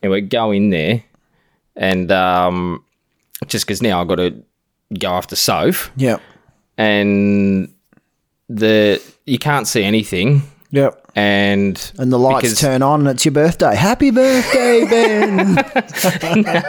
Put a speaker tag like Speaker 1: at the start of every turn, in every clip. Speaker 1: It would go in there, and um, just because now I've got to go after Soph,
Speaker 2: Yep.
Speaker 1: and the you can't see anything,
Speaker 2: Yep.
Speaker 1: and
Speaker 2: And the lights
Speaker 1: because-
Speaker 2: turn on and it's your birthday. Happy birthday, Ben. Uh,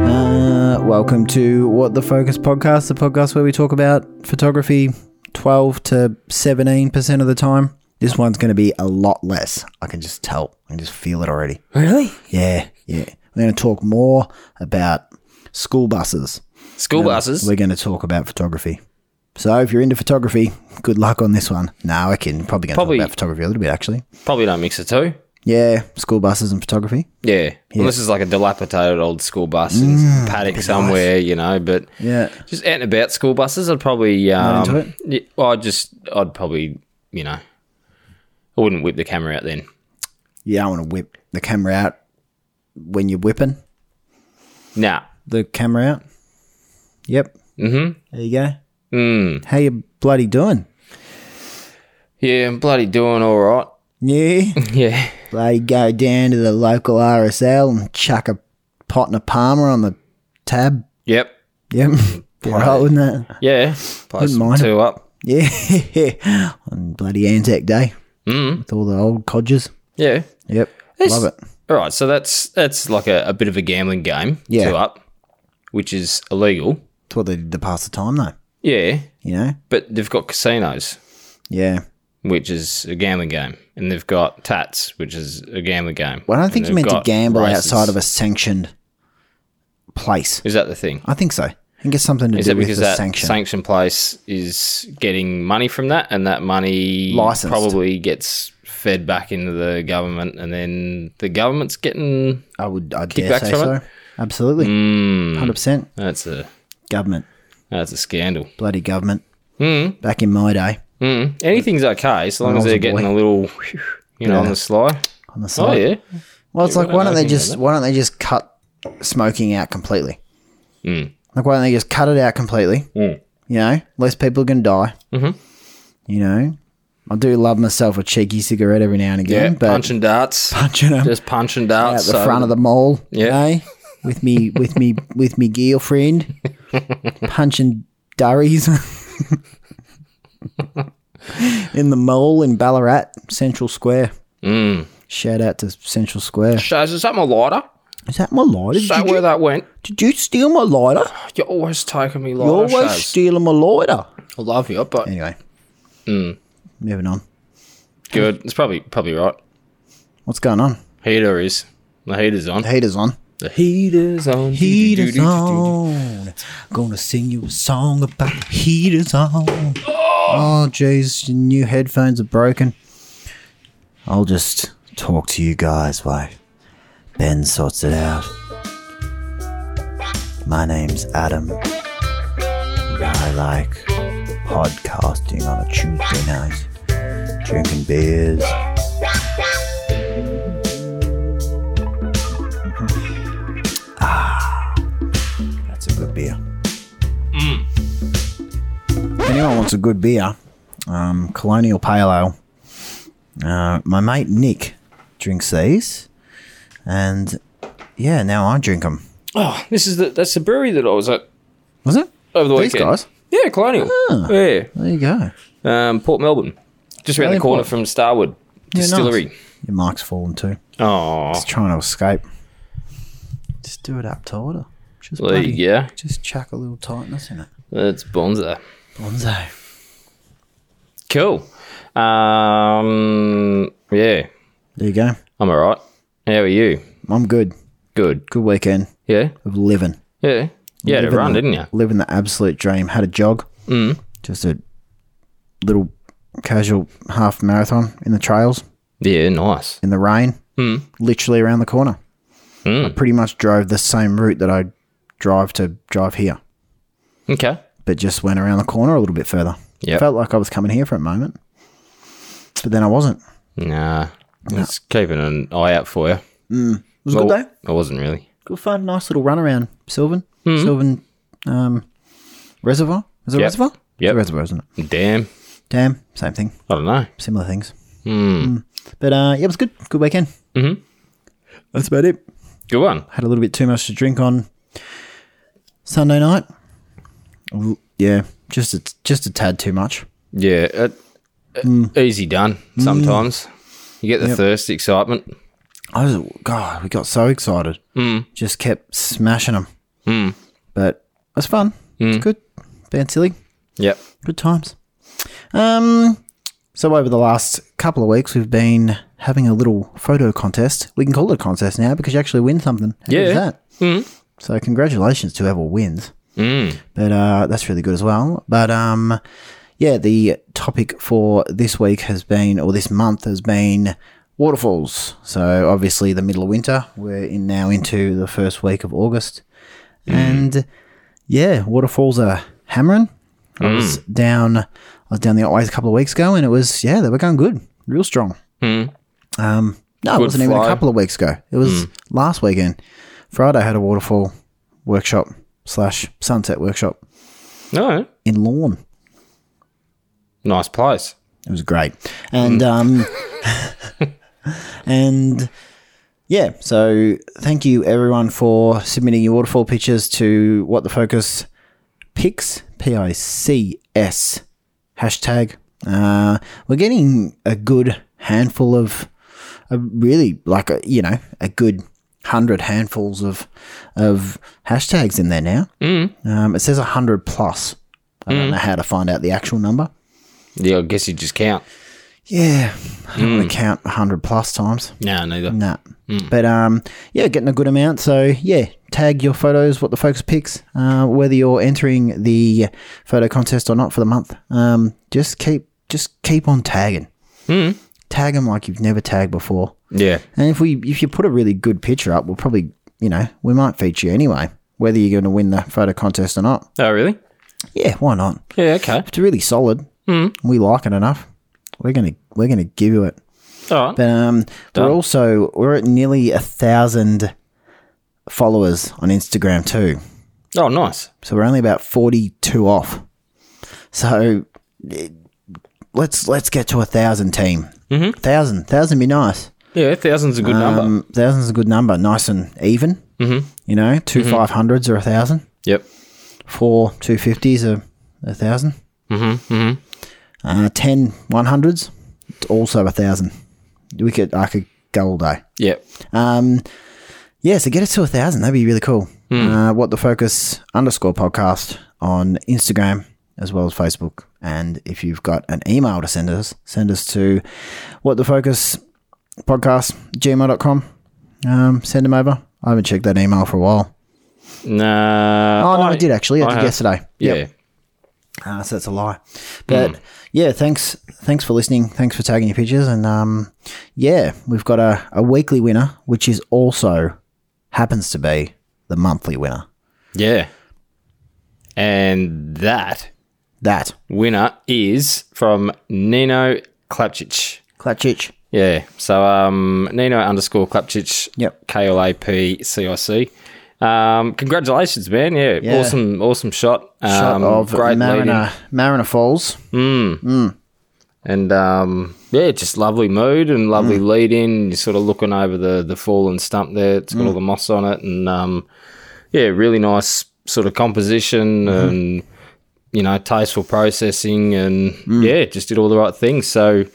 Speaker 2: Uh, Welcome to What the Focus podcast, the podcast where we talk about photography 12 to 17% of the time. This one's going to be a lot less. I can just tell. I can just feel it already.
Speaker 1: really
Speaker 2: Yeah, yeah. We're going to talk more about school buses.
Speaker 1: school buses.
Speaker 2: We're going to talk about photography. So if you're into photography, good luck on this one. No, I can probably going to talk
Speaker 1: Probably-
Speaker 2: about photography a little bit actually.
Speaker 1: Probably don't mix the two.
Speaker 2: Yeah, school buses and photography.
Speaker 1: Yeah. Well, this is like a dilapidated old school bus in
Speaker 2: Mm.
Speaker 1: some paddock somewhere, you know, but
Speaker 2: Yeah.
Speaker 1: just out and about school buses, I'd probably. Um,
Speaker 2: into it?
Speaker 1: Yeah, well, I'd just, I'd probably, you know, I wouldn't whip the camera out then.
Speaker 2: You don't want to whip the camera out when you're whipping
Speaker 1: Nah.
Speaker 2: the camera out. Mm-hmm. Yep.
Speaker 1: Mm
Speaker 2: There you go.
Speaker 1: hmm. Mm.
Speaker 2: How you bloody doing?
Speaker 1: Yeah, I'm bloody doing all right.
Speaker 2: Yeah.
Speaker 1: Yeah.
Speaker 2: bloody go down to the local RSL and chuck a pot and a palmer on the tab.
Speaker 1: Yep.
Speaker 2: Yep. Be Right, wouldn't it?
Speaker 1: Yeah. Place
Speaker 2: mind.
Speaker 1: two up.
Speaker 2: Yeah. On bloody Anzac Day
Speaker 1: Mm.
Speaker 2: with all the old codgers.
Speaker 1: Yeah.
Speaker 2: Yep. Love it.
Speaker 1: All right. So that's, that's like a, a bit of a gambling game.
Speaker 2: Yeah.
Speaker 1: Two up, which is illegal.
Speaker 2: It's what they did to pass the time, though.
Speaker 1: Yeah.
Speaker 2: You know?
Speaker 1: But they've got casinos.
Speaker 2: Yeah.
Speaker 1: which is a gambling game, and they've got Tats, which is a gambling game.
Speaker 2: Well, I don't think you're
Speaker 1: And they've
Speaker 2: meant to
Speaker 1: got
Speaker 2: gamble
Speaker 1: races.
Speaker 2: outside of a sanctioned place.
Speaker 1: Is that the thing?
Speaker 2: I think so. I think it's something to
Speaker 1: Is
Speaker 2: do
Speaker 1: it
Speaker 2: with the
Speaker 1: because that
Speaker 2: sanction.
Speaker 1: sanction. place is getting money from that, and that money
Speaker 2: Licensed.
Speaker 1: probably gets fed back into the government, and then the government's getting
Speaker 2: I would, I dare
Speaker 1: Kickbacks
Speaker 2: say
Speaker 1: from
Speaker 2: so.
Speaker 1: it?
Speaker 2: Absolutely.
Speaker 1: mm,
Speaker 2: 100%.
Speaker 1: that's a
Speaker 2: Government.
Speaker 1: that's a scandal.
Speaker 2: Bloody government.
Speaker 1: Mm,
Speaker 2: Back in my day.
Speaker 1: mm. Anything's okay so long
Speaker 2: When I
Speaker 1: as
Speaker 2: was
Speaker 1: they're
Speaker 2: a
Speaker 1: getting
Speaker 2: boy.
Speaker 1: a little, you know, on the sly.
Speaker 2: On the side.
Speaker 1: Oh yeah,
Speaker 2: Well, it's
Speaker 1: Yeah,
Speaker 2: like
Speaker 1: we don't
Speaker 2: why
Speaker 1: know
Speaker 2: don't they
Speaker 1: anything about
Speaker 2: just
Speaker 1: that.
Speaker 2: why don't they just cut smoking out completely?
Speaker 1: Mm.
Speaker 2: Like why don't they just cut it out completely?
Speaker 1: Mm.
Speaker 2: You know, less people can die.
Speaker 1: Mhm.
Speaker 2: You know, I do love myself a cheeky cigarette every now and again, but
Speaker 1: punch and darts,
Speaker 2: punching 'em
Speaker 1: just punch and darts
Speaker 2: out the front of the mall,
Speaker 1: Yeah.
Speaker 2: you know, with me with me with me girlfriend, punching durries in the mall in Ballarat Central Square.
Speaker 1: Mm.
Speaker 2: Shout out to Central Square.
Speaker 1: So is that my lighter?
Speaker 2: Is that my lighter?
Speaker 1: Is
Speaker 2: Did
Speaker 1: that
Speaker 2: you
Speaker 1: where that went? Oh,
Speaker 2: Did you steal my lighter?
Speaker 1: You're always taking me
Speaker 2: You're
Speaker 1: lighter.
Speaker 2: always stealing my lighter.
Speaker 1: I love you, but
Speaker 2: Anyway, moving on.
Speaker 1: good. It's probably probably right.
Speaker 2: What's going on?
Speaker 1: Heater is the heater's on.
Speaker 2: The heater's on.
Speaker 1: The heater's on.
Speaker 2: Heater's on. Gonna sing you a song about the heater's on. Oh, jeez, your new headphones are broken. I'll just talk to you guys while Ben sorts it out. My name's Adam. and I like podcasting on a Tuesday night, drinking beers. That's a good beer. If anyone wants a good beer, um, Colonial Pale Ale. Uh, my mate Nick drinks these, and yeah, now I drink them.
Speaker 1: Oh, this is the that's the brewery that I was at
Speaker 2: Was it?
Speaker 1: over the
Speaker 2: These
Speaker 1: weekend.
Speaker 2: guys?
Speaker 1: Yeah, Colonial.
Speaker 2: Ah.
Speaker 1: Yeah,
Speaker 2: There you go.
Speaker 1: um, Port Melbourne, just around the
Speaker 2: Melbourne,
Speaker 1: corner
Speaker 2: Port.
Speaker 1: from Starwood
Speaker 2: Yeah,
Speaker 1: Distillery.
Speaker 2: nice. Your mic's fallen too.
Speaker 1: Oh,
Speaker 2: It's trying to escape. Just do it up to order. Just
Speaker 1: there
Speaker 2: bloody,
Speaker 1: you go.
Speaker 2: Just chuck a little tightness in it.
Speaker 1: That's Bonza.
Speaker 2: Bonzo.
Speaker 1: Cool. Um, yeah,
Speaker 2: There you go.
Speaker 1: I'm all right. How are you?
Speaker 2: I'm good.
Speaker 1: Good.
Speaker 2: Good weekend
Speaker 1: Yeah,
Speaker 2: of living.
Speaker 1: yeah. You had a
Speaker 2: Living
Speaker 1: run,
Speaker 2: the-
Speaker 1: didn't you?
Speaker 2: Living the absolute dream. Had a jog.
Speaker 1: Mm.
Speaker 2: Just a little casual half marathon in the trails
Speaker 1: Yeah, nice.
Speaker 2: in the rain,
Speaker 1: Mm.
Speaker 2: literally around the corner.
Speaker 1: Mm.
Speaker 2: I pretty much drove the same route that I drive to drive here,
Speaker 1: Okay.
Speaker 2: but just went around the corner a little bit further.
Speaker 1: Yep.
Speaker 2: Felt like I was coming here for a moment, but then I wasn't. It
Speaker 1: Nah. Just keeping an eye out for you. It
Speaker 2: was a good day.
Speaker 1: I wasn't really.
Speaker 2: Good fun. Nice little run around Sylvan, Sylvan um, Reservoir. Is it
Speaker 1: Mm. Yep.
Speaker 2: reservoir?
Speaker 1: Yep.
Speaker 2: It's a reservoir, isn't it?
Speaker 1: Damn.
Speaker 2: Damn, same thing.
Speaker 1: I don't know.
Speaker 2: Similar things. Mm. But uh, yeah, it was good. Good weekend. Mm-hmm. That's about it.
Speaker 1: Good one.
Speaker 2: Had a little bit too much to drink on Sunday night. L- Yeah, just a, just a tad too much.
Speaker 1: Yeah. It, it-
Speaker 2: Hmm.
Speaker 1: Easy done sometimes. You get the thirst, the excitement.
Speaker 2: I was God. We got so excited. Mm. Just kept smashing them. But it was fun. It's good. Being silly.
Speaker 1: Yep.
Speaker 2: Good times. Um. So over the last couple of weeks, we've been having a little photo contest. We can call it a contest now because you actually win something. How good is
Speaker 1: Yeah.
Speaker 2: that? So congratulations to whoever wins.
Speaker 1: Hmm.
Speaker 2: But uh, that's really good as well. But um, yeah, the topic for this week has been, or this month has been, waterfalls. So obviously, the middle of winter. We're in now into the first week of August, and yeah, waterfalls are hammering. I was down, I was down the Otways a couple of weeks ago, and it was yeah, they were going good, real strong. Um, no, it wasn't even a
Speaker 1: flow.
Speaker 2: couple of weeks ago. It was last weekend. Friday I had a waterfall workshop slash sunset workshop
Speaker 1: No.
Speaker 2: in Lawn.
Speaker 1: Nice place.
Speaker 2: It was great. And um and yeah, so thank you everyone for submitting your waterfall pictures to what the focus pics p i c s hashtag. Uh, we're getting a good handful of a really like a, you know a good hundred handfuls of of hashtags in there now. Mm. Um, it says a hundred plus. I don't know how to find out the actual number.
Speaker 1: Yeah, I guess you just count.
Speaker 2: Yeah, I don't want to count 100 plus times.
Speaker 1: No, neither.
Speaker 2: Nah. But um, yeah, getting a good amount. So yeah, tag your photos, what the folks picks, uh, whether you're entering the photo contest or not for the month. Um, just keep just keep on tagging. Tag them like you've never tagged before.
Speaker 1: Yeah.
Speaker 2: And if we if you put a really good picture up, we'll probably you know we might feature you anyway, whether you're going to win the photo contest or not.
Speaker 1: Oh, really?
Speaker 2: Yeah, why not?
Speaker 1: Yeah, okay.
Speaker 2: It's really solid. We like it enough. We're gonna we're gonna give you it.
Speaker 1: All right.
Speaker 2: But um, we're also we're at nearly a thousand followers on Instagram too.
Speaker 1: Oh, nice.
Speaker 2: So we're only about forty-two off. So eh, let's let's get to a thousand team. Mm-hmm. Thousand, thousand be nice.
Speaker 1: Yeah, thousand's a good number.
Speaker 2: Um, thousand's a good number, nice and even. Mm-hmm. You know, 2 five hundreds are a thousand.
Speaker 1: Yep.
Speaker 2: Four two fifties are a 1000 Mm-hmm. Uh, ten one hundreds, also a thousand. We could I could go all day.
Speaker 1: Yep.
Speaker 2: Um, yeah, so get us to a thousand. That'd be really cool.
Speaker 1: Hmm.
Speaker 2: Uh, what the focus underscore podcast on Instagram as well as Facebook. And if you've got an email to send us, send us to what the focus podcast gmail.com. Um, send them over. I haven't checked that email for a while.
Speaker 1: Nah.
Speaker 2: Oh, no, I, did actually. I, did
Speaker 1: have.
Speaker 2: yesterday.
Speaker 1: Yeah.
Speaker 2: Yep. Uh, so that's a lie.
Speaker 1: Hmm.
Speaker 2: But yeah, thanks thanks for listening. Thanks for tagging your pictures. And um, yeah, we've got a, a weekly winner, which is also happens to be the monthly winner.
Speaker 1: Yeah. And that
Speaker 2: That.
Speaker 1: winner is from Nino Klapchich.
Speaker 2: Klatchich.
Speaker 1: Yeah. So um, Nino underscore Klapchich.
Speaker 2: Yep.
Speaker 1: K L A P C I C. Um, congratulations, man. Yeah,
Speaker 2: Yeah.
Speaker 1: Awesome, awesome shot. Um,
Speaker 2: Shot of
Speaker 1: lead-in.
Speaker 2: Mariner, Mariner Falls.
Speaker 1: And um, yeah, just lovely mood and lovely lead in. You're sort of looking over the, the fallen stump there. It's got all the moss on it. And um, yeah, really nice sort of composition and, you know, tasteful processing. And yeah, just did all the right things. So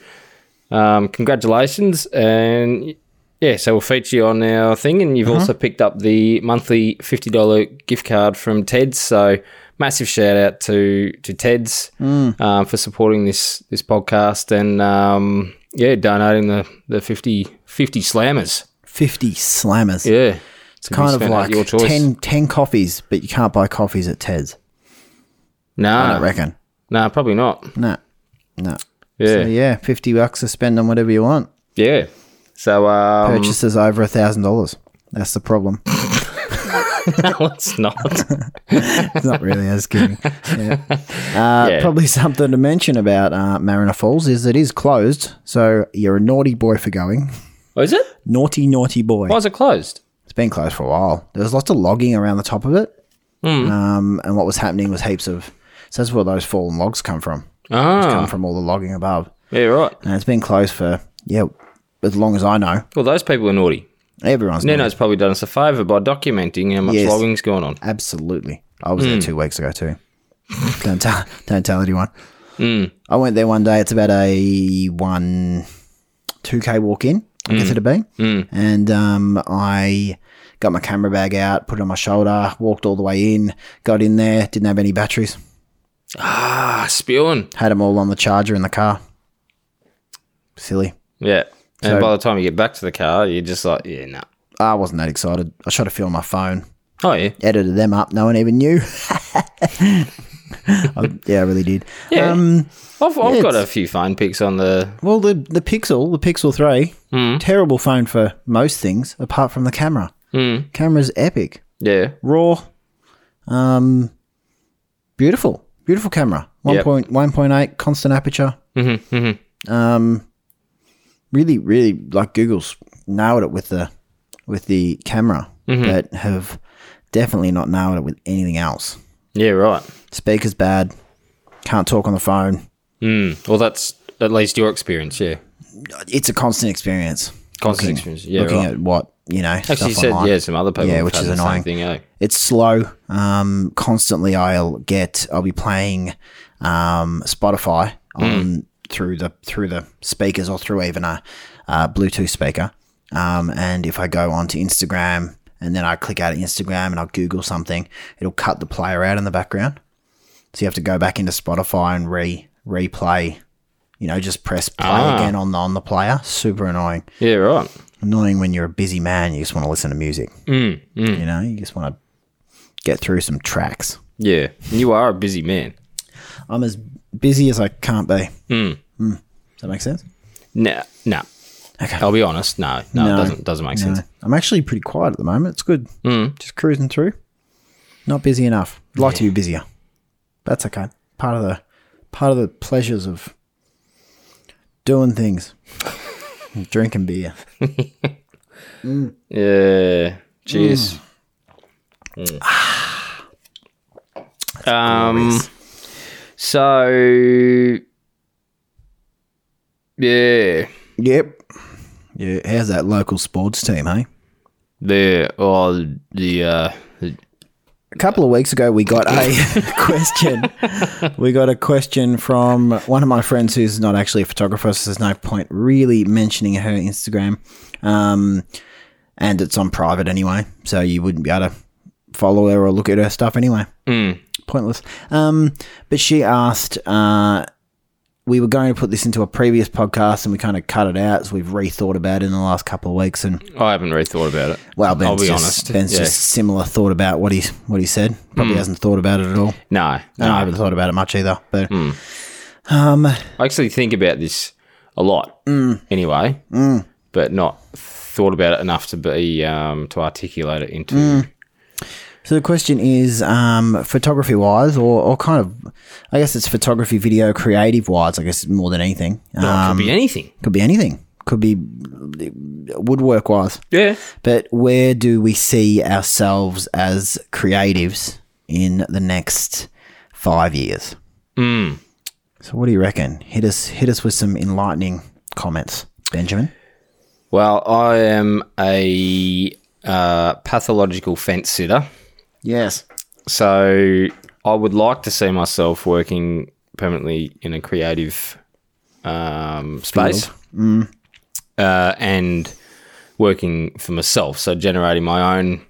Speaker 1: um, congratulations. And yeah, so we'll feature you on our thing. And
Speaker 2: Uh-huh.
Speaker 1: you've also picked up the monthly $50 gift card from Ted's. So massive shout out to, to Ted's
Speaker 2: Mm.
Speaker 1: uh, for supporting this this podcast and, um, yeah, donating the, the 50, 50 slammers.
Speaker 2: 50 slammers.
Speaker 1: Yeah. It's
Speaker 2: kind of like 10, 10 coffees, but you can't buy coffees at Ted's, I
Speaker 1: No,
Speaker 2: don't reckon.
Speaker 1: no, probably not.
Speaker 2: No. No.
Speaker 1: Yeah.
Speaker 2: So yeah, 50 bucks to spend on whatever you want.
Speaker 1: yeah. So, um,
Speaker 2: Purchases over a $1,000. That's the problem.
Speaker 1: no, it's not.
Speaker 2: It's not really as kidding. Yeah. Uh,
Speaker 1: Yeah.
Speaker 2: Probably something to mention about uh, Mariner Falls is it is closed, so you're a naughty boy for going.
Speaker 1: Oh, is it?
Speaker 2: Naughty, naughty boy.
Speaker 1: Why is it closed?
Speaker 2: It's been closed
Speaker 1: Hmm.
Speaker 2: for a while. There was lots of logging around the top of it, um, and what was happening was heaps of So that's where those fallen logs come from. It's
Speaker 1: Ah,
Speaker 2: Come from all the logging above.
Speaker 1: yeah, right.
Speaker 2: And it's been closed for, yeah, as long as I know.
Speaker 1: Well, those people are naughty.
Speaker 2: Everyone's known.
Speaker 1: Nino's probably done us a favour by documenting how much
Speaker 2: Yes.
Speaker 1: logging's going on.
Speaker 2: Absolutely. I was there two weeks ago too. don't tell don't tell anyone. I went there one day, it's about a one two K walk in, I guess it'd be. And um, I got my camera bag out, put it on my shoulder, walked all the way in, got in there, didn't have any batteries,
Speaker 1: Ah, spewing.
Speaker 2: had them all on the charger in the car. Silly.
Speaker 1: Yeah. And
Speaker 2: So-
Speaker 1: by the time you get back to the car, you're just like, yeah, nah.
Speaker 2: I wasn't that excited. I shot a film on my phone,
Speaker 1: Oh, yeah.
Speaker 2: edited them up, no one even knew. I- yeah, I really did.
Speaker 1: Yeah.
Speaker 2: Um,
Speaker 1: I've, I've got
Speaker 2: it's-
Speaker 1: a few phone pics on the.
Speaker 2: Well, the the Pixel, the Pixel Three, terrible phone for most things, apart from the camera. Mm. Camera's epic,
Speaker 1: Yeah.
Speaker 2: raw, um, beautiful, beautiful camera. One
Speaker 1: Yep.
Speaker 2: point one point eight constant aperture. Mm-hmm, Um, really, really like Google's nailed it with the with the camera, but have definitely not nailed it with anything else.
Speaker 1: Yeah, right.
Speaker 2: Speaker's bad. Can't talk on the phone.
Speaker 1: Mm. Well, that's at least your experience. Yeah.
Speaker 2: It's a constant experience.
Speaker 1: Constant
Speaker 2: looking-
Speaker 1: experience. Yeah,
Speaker 2: looking
Speaker 1: right.
Speaker 2: at what you know.
Speaker 1: Actually, you
Speaker 2: stuff
Speaker 1: said,
Speaker 2: online.
Speaker 1: yeah, some other people.
Speaker 2: Yeah,
Speaker 1: have
Speaker 2: which
Speaker 1: had
Speaker 2: is
Speaker 1: the same
Speaker 2: annoying.
Speaker 1: Thing, eh?
Speaker 2: It's slow. Um, constantly, I'll get. I'll be playing um, Spotify
Speaker 1: Hmm.
Speaker 2: on through the through the speakers or through even a uh, Bluetooth speaker. Um, and if I go onto Instagram and then I click out of Instagram and I Google something, it'll cut the player out in the background. So you have to go back into Spotify and re replay. You know, just press play
Speaker 1: Ah.
Speaker 2: again on the, on the player. Super annoying
Speaker 1: Yeah, right.
Speaker 2: annoying when you're a busy man. You just want to listen to music. You know, you just want to get through some tracks.
Speaker 1: Yeah. You are a busy man.
Speaker 2: I'm as busy as I can't be. Mm. Does that make sense?
Speaker 1: Nah, nah.
Speaker 2: Okay.
Speaker 1: I'll be honest. No, no,
Speaker 2: No.
Speaker 1: it doesn't, doesn't make sense.
Speaker 2: No, I'm actually pretty quiet at the moment. It's good. Just cruising through. Not busy enough. I'd like to be busier. That's okay. Part of the part of the pleasures of doing things. Drinking beer.
Speaker 1: Yeah. Cheers. Mm. um. So. Yeah.
Speaker 2: Yep. Yeah. How's that local sports team, hey?
Speaker 1: The oh the uh the-
Speaker 2: A couple of weeks ago, we got a question. We got a question from one of my friends who's not actually a photographer, so there's no point really mentioning her Instagram. Um, and it's on private anyway, so you wouldn't be able to follow her or look at her stuff anyway. Pointless. Um, but she asked, uh, we were going to put this into a previous podcast and we kind of cut it out, so we've rethought about it in the last couple of weeks. And
Speaker 1: I haven't really thought about it.
Speaker 2: well, Ben's
Speaker 1: I'll be
Speaker 2: just,
Speaker 1: honest.
Speaker 2: Ben's
Speaker 1: yeah.
Speaker 2: just similar thought about what he what he said. Probably hasn't thought about it at all.
Speaker 1: no,
Speaker 2: And I
Speaker 1: no. Hmm.
Speaker 2: haven't thought about it much either. But
Speaker 1: I actually think about this a lot. Anyway, but not thought about it enough to be um to articulate it into.
Speaker 2: so the question is, um, photography wise, or, or kind of, I guess it's photography, video, creative wise. I guess more than anything,
Speaker 1: Oh,
Speaker 2: uh,
Speaker 1: it could be anything.
Speaker 2: could be anything. Could be woodwork wise.
Speaker 1: Yeah.
Speaker 2: But where do we see ourselves as creatives in the next five years? So what do you reckon? Hit us hit us with some enlightening comments, Benjamin.
Speaker 1: Well, I am a uh, pathological fence sitter,
Speaker 2: Yes.
Speaker 1: so I would like to see myself working permanently in a creative um, space
Speaker 2: Mm.
Speaker 1: uh, and working for myself. So generating my own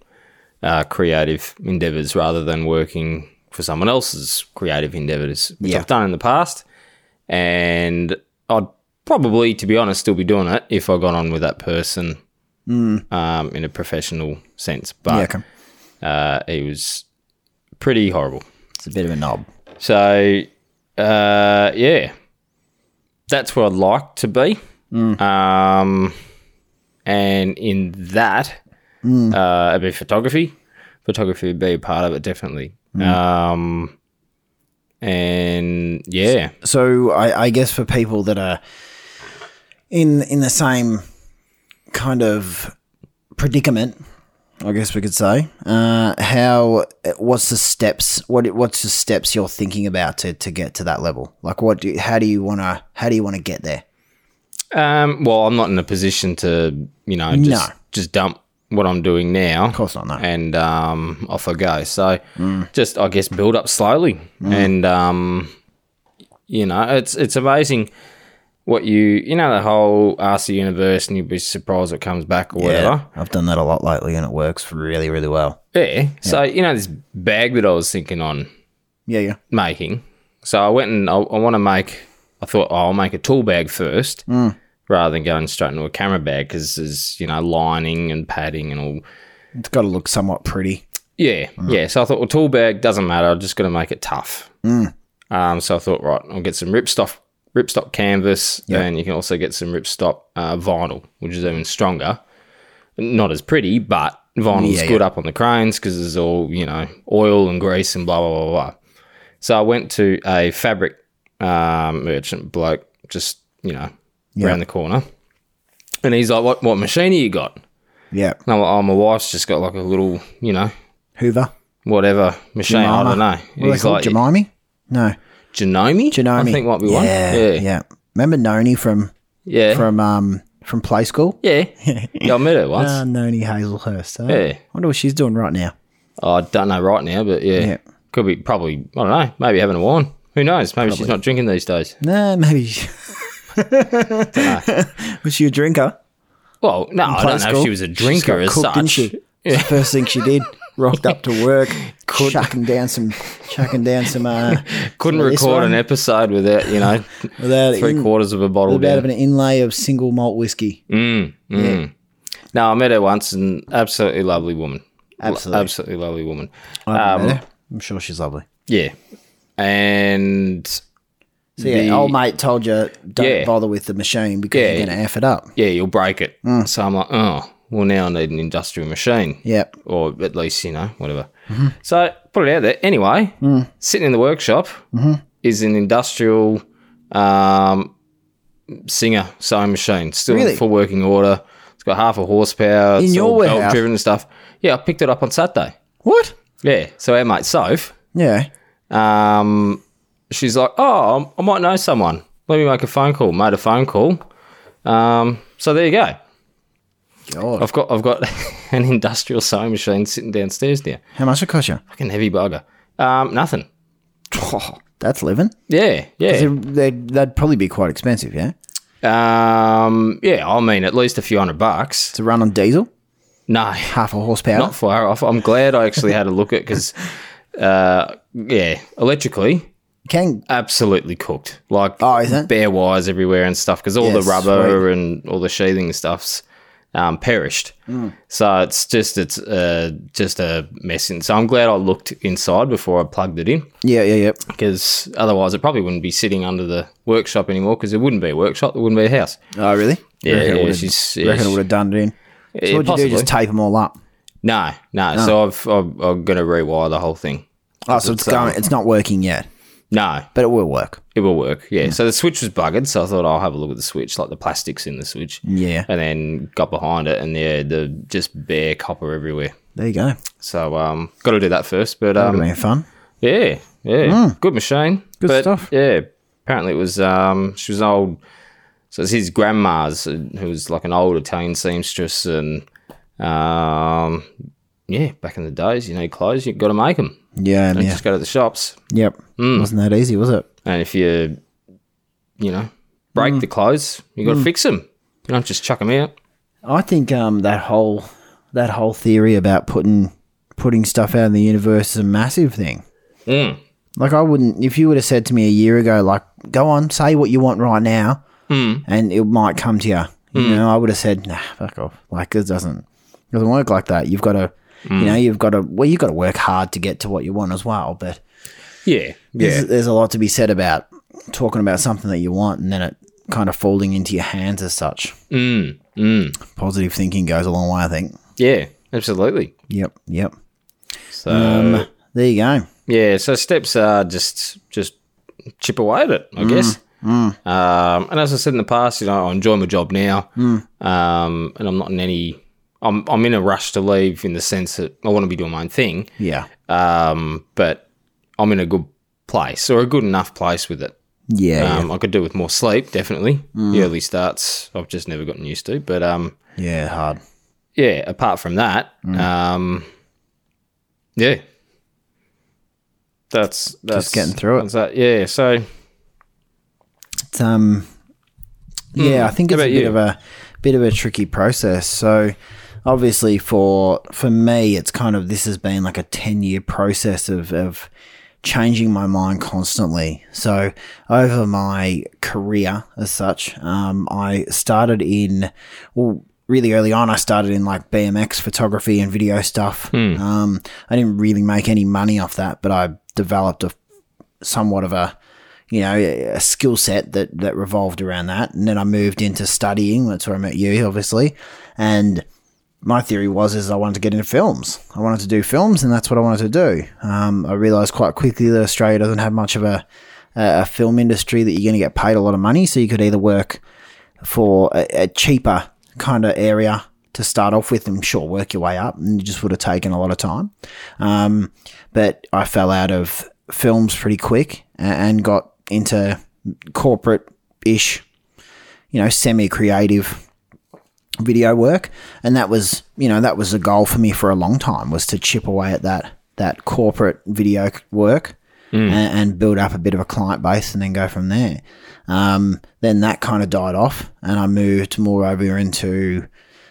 Speaker 1: uh, creative endeavors rather than working for someone else's creative endeavors, which
Speaker 2: Yeah.
Speaker 1: I've done in the past, and I'd probably, to be honest, still be doing it if I got on with that person um, in a professional sense.
Speaker 2: Mm. Yeah,
Speaker 1: But
Speaker 2: okay.
Speaker 1: uh, it was pretty horrible.
Speaker 2: It's a bit of a knob.
Speaker 1: So, uh, yeah, that's where I'd like to be. Um, and in that, uh, it'd be photography. Photography would be a part of it, definitely. Um, and yeah,
Speaker 2: So I, I guess for people that are in in the same kind of predicament I guess we could say. Uh, how? What's the steps? What? What's the steps you're thinking about to, to get to that level? Like, what? Do, how do you want to? How do you want to get there?
Speaker 1: Um, well, I'm not in a position to, you know, just
Speaker 2: No.
Speaker 1: just dump what I'm doing now. Of
Speaker 2: course not, no.
Speaker 1: And um, off I go. So just I guess build up slowly, and um, you know, it's it's amazing what you you know the whole ask the universe, and you'd be surprised what comes back or whatever.
Speaker 2: I've done that a lot lately, and it works really, really well.
Speaker 1: Yeah. So you know this bag that I was thinking on
Speaker 2: Yeah, yeah.
Speaker 1: making. So I went and I, I want to make. I thought oh, I'll make a tool bag first, rather than going straight into a camera bag because there's you know lining and padding and all.
Speaker 2: It's got to look somewhat pretty.
Speaker 1: Yeah,
Speaker 2: Mm.
Speaker 1: yeah. So I thought, well, tool bag doesn't matter. I'm just going to make it tough.
Speaker 2: Mm.
Speaker 1: Um, so I thought, right, I'll get some ripstop ripstop canvas, and you can also get some ripstop uh, vinyl, which is even stronger. Not as pretty, but vinyl's
Speaker 2: Yeah,
Speaker 1: good up on the cranes because it's all you know, oil and grease and blah blah blah blah. So I went to a fabric um, merchant bloke, just you know, around the corner, and he's like, "What what machine have you got?"
Speaker 2: Yeah.
Speaker 1: And I'm like, "Oh, my wife's just got like a little, you know."
Speaker 2: Hoover.
Speaker 1: whatever machine. I
Speaker 2: Jemima.
Speaker 1: don't know.
Speaker 2: What are they
Speaker 1: He's
Speaker 2: called?
Speaker 1: like
Speaker 2: Jemimi? No.
Speaker 1: Janome.
Speaker 2: Janome.
Speaker 1: I think might be
Speaker 2: yeah,
Speaker 1: one.
Speaker 2: Yeah.
Speaker 1: yeah,
Speaker 2: Remember Noni from
Speaker 1: yeah,
Speaker 2: from um from play school?
Speaker 1: yeah. Yeah, I met her once.
Speaker 2: Uh, Noni Hazelhurst. huh?
Speaker 1: Yeah.
Speaker 2: wonder what she's doing right now.
Speaker 1: Oh, I don't know right now, but yeah.
Speaker 2: Yeah.
Speaker 1: could be probably. I don't know. Maybe having a wine. Who knows? Maybe she's not drinking these days.
Speaker 2: No, maybe. she- Was she a drinker?
Speaker 1: Well, no, I don't
Speaker 2: Play
Speaker 1: know
Speaker 2: school?
Speaker 1: if she was a
Speaker 2: She's
Speaker 1: drinker
Speaker 2: got
Speaker 1: as
Speaker 2: cooked,
Speaker 1: such.
Speaker 2: Didn't she? It's the first thing she did. Rocked up to work, chucking down some, chucking down some. Uh,
Speaker 1: Couldn't
Speaker 2: Well, this
Speaker 1: record
Speaker 2: one-
Speaker 1: an episode without you know
Speaker 2: without
Speaker 1: three
Speaker 2: in,
Speaker 1: quarters of a bottle.
Speaker 2: without
Speaker 1: Down.
Speaker 2: an inlay of single malt whiskey.
Speaker 1: Mm, No, I met her once, and absolutely lovely woman. Lo-
Speaker 2: Absolutely.
Speaker 1: absolutely lovely woman.
Speaker 2: Um,
Speaker 1: Um,
Speaker 2: I'm sure she's lovely.
Speaker 1: yeah, and
Speaker 2: So yeah,
Speaker 1: the-
Speaker 2: old mate told you don't
Speaker 1: Yeah.
Speaker 2: bother with the machine because
Speaker 1: Yeah.
Speaker 2: you're going to f it up.
Speaker 1: yeah, you'll break it.
Speaker 2: Mm.
Speaker 1: So I'm like, oh, well, now I need an industrial machine.
Speaker 2: Yep.
Speaker 1: Or at least, you know, whatever.
Speaker 2: Mm-hmm.
Speaker 1: So put it out there. Anyway,
Speaker 2: Mm.
Speaker 1: sitting in the workshop
Speaker 2: Mm-hmm.
Speaker 1: is an industrial um, singer sewing machine, still
Speaker 2: Really?
Speaker 1: in full working order. It's got half a horsepower.
Speaker 2: In
Speaker 1: it's
Speaker 2: your
Speaker 1: all belt
Speaker 2: warehouse?
Speaker 1: driven and stuff. Yeah, I picked it up on Saturday.
Speaker 2: What?
Speaker 1: Yeah. So our mate, Soph,
Speaker 2: Yeah.
Speaker 1: um, she's like, "Oh, I might know someone. Let me make a phone call." Made a phone call. Um, so there you go.
Speaker 2: God.
Speaker 1: I've got I've got an industrial sewing machine sitting downstairs now.
Speaker 2: How much it cost you?
Speaker 1: Fucking heavy bugger. Um, nothing.
Speaker 2: That's living.
Speaker 1: Yeah, yeah.
Speaker 2: They'd, they'd, that'd probably be quite expensive, yeah?
Speaker 1: Um, yeah. I mean, at least a few hundred bucks.
Speaker 2: To run on diesel,
Speaker 1: No,
Speaker 2: half a horsepower.
Speaker 1: not far off. I'm glad I actually had a look at because, uh, yeah, electrically,
Speaker 2: Can
Speaker 1: absolutely cooked. Like
Speaker 2: Oh, is it?
Speaker 1: bare wires everywhere and stuff because all
Speaker 2: Yeah,
Speaker 1: the rubber and all the sheathing stuffs um, perished.
Speaker 2: Hmm.
Speaker 1: So it's just it's uh, just a mess. And so I'm glad I looked inside before I plugged it in
Speaker 2: yeah, yeah, yeah.
Speaker 1: because otherwise it probably wouldn't be sitting under the workshop anymore because it wouldn't be a workshop. There wouldn't be a house.
Speaker 2: Oh, really?
Speaker 1: Yeah,
Speaker 2: reckon it
Speaker 1: yeah,
Speaker 2: would've-
Speaker 1: she's-
Speaker 2: reckon
Speaker 1: yeah,
Speaker 2: it
Speaker 1: she-
Speaker 2: would have done it in. So
Speaker 1: Yeah,
Speaker 2: what'd you do?
Speaker 1: possibly.
Speaker 2: Just tape them all up.
Speaker 1: No, no. So I've, I've I'm going to rewire the whole thing.
Speaker 2: Oh, so it's going. It's not working yet,
Speaker 1: No,
Speaker 2: but it will work.
Speaker 1: It will work, yeah. So the switch was buggered, so I thought I'll have a look at the switch, like the plastics in the switch.
Speaker 2: Yeah.
Speaker 1: And then got behind it, and yeah, the just bare copper everywhere.
Speaker 2: There you go.
Speaker 1: So um, got to do that first, but
Speaker 2: That'll
Speaker 1: um,
Speaker 2: be fun.
Speaker 1: yeah, yeah, good machine,
Speaker 2: Hmm. Good
Speaker 1: But,
Speaker 2: stuff.
Speaker 1: Yeah, apparently it was um, she was old, so it's his grandma's uh, who was like an old Italian seamstress, and um, yeah, back in the days, you need clothes, you got to make them.
Speaker 2: Yeah, yeah,
Speaker 1: Just go to the shops.
Speaker 2: yep. Wasn't that easy, was it?
Speaker 1: And if you, you know, break
Speaker 2: Hmm.
Speaker 1: the clothes, you got to fix them. You don't just chuck them out.
Speaker 2: I think um, that whole that whole theory about putting putting stuff out in the universe is a massive thing.
Speaker 1: Mm.
Speaker 2: Like I wouldn't if you would have said to me a year ago, like, go on, say what you want right now, and it might come to you. You know, I would have said, nah, fuck off. Like it doesn't it doesn't work like that. You've got to, you know, you've got to. Well, you've got to work hard to get to what you want as well. But
Speaker 1: Yeah, yeah,
Speaker 2: there's, there's a lot to be said about talking about something that you want and then it kind of falling into your hands as such.
Speaker 1: mm. Mm.
Speaker 2: Positive thinking goes a long way, I think.
Speaker 1: yeah, absolutely.
Speaker 2: Yep, yep. Mm,
Speaker 1: So
Speaker 2: There you go.
Speaker 1: yeah, so steps are just just chip away at it, I guess. Um, and as I said in the past, you know, I enjoy my job now, um, and I'm not in any I'm I'm in a rush to leave in the sense that I want to be doing my own thing,
Speaker 2: Yeah.
Speaker 1: um, but I'm in a good place or a good enough place with it.
Speaker 2: Yeah.
Speaker 1: Um, I could do with more sleep, definitely. The early starts I've just never gotten used to, but um,
Speaker 2: yeah. Yeah. Hard.
Speaker 1: yeah. Apart from that,
Speaker 2: Mm.
Speaker 1: um, yeah, that's that's
Speaker 2: getting through it.
Speaker 1: that's that. Yeah, so
Speaker 2: It's, um, yeah, I think
Speaker 1: Mm. How about
Speaker 2: it's a bit
Speaker 1: you?
Speaker 2: of a bit of a tricky process. So obviously for for me it's kind of this has been like a 10 year process of of changing my mind constantly. So over my career as such, um, I started in well really early on I started in like BMX photography and video stuff.
Speaker 1: Hmm.
Speaker 2: Um, I didn't really make any money off that, but I developed a somewhat of a you know a skill set that that revolved around that and then i moved into studying that's where i met you obviously and my theory was is i wanted to get into films i wanted to do films and that's what i wanted to do um, i realized quite quickly that australia doesn't have much of a a a film industry that you're going to get paid a lot of money so you could either work for a, a cheaper kind of area to start off with and sure work your way up and it just would have taken a lot of time um, but i fell out of films pretty quick a- and got into corporate-ish you know semi-creative video work and that was you know that was a goal for me for a long time was to chip away at that that corporate video c- work a- and, build up a bit of a client base and then go from there um, then that kind of died off and i moved more over into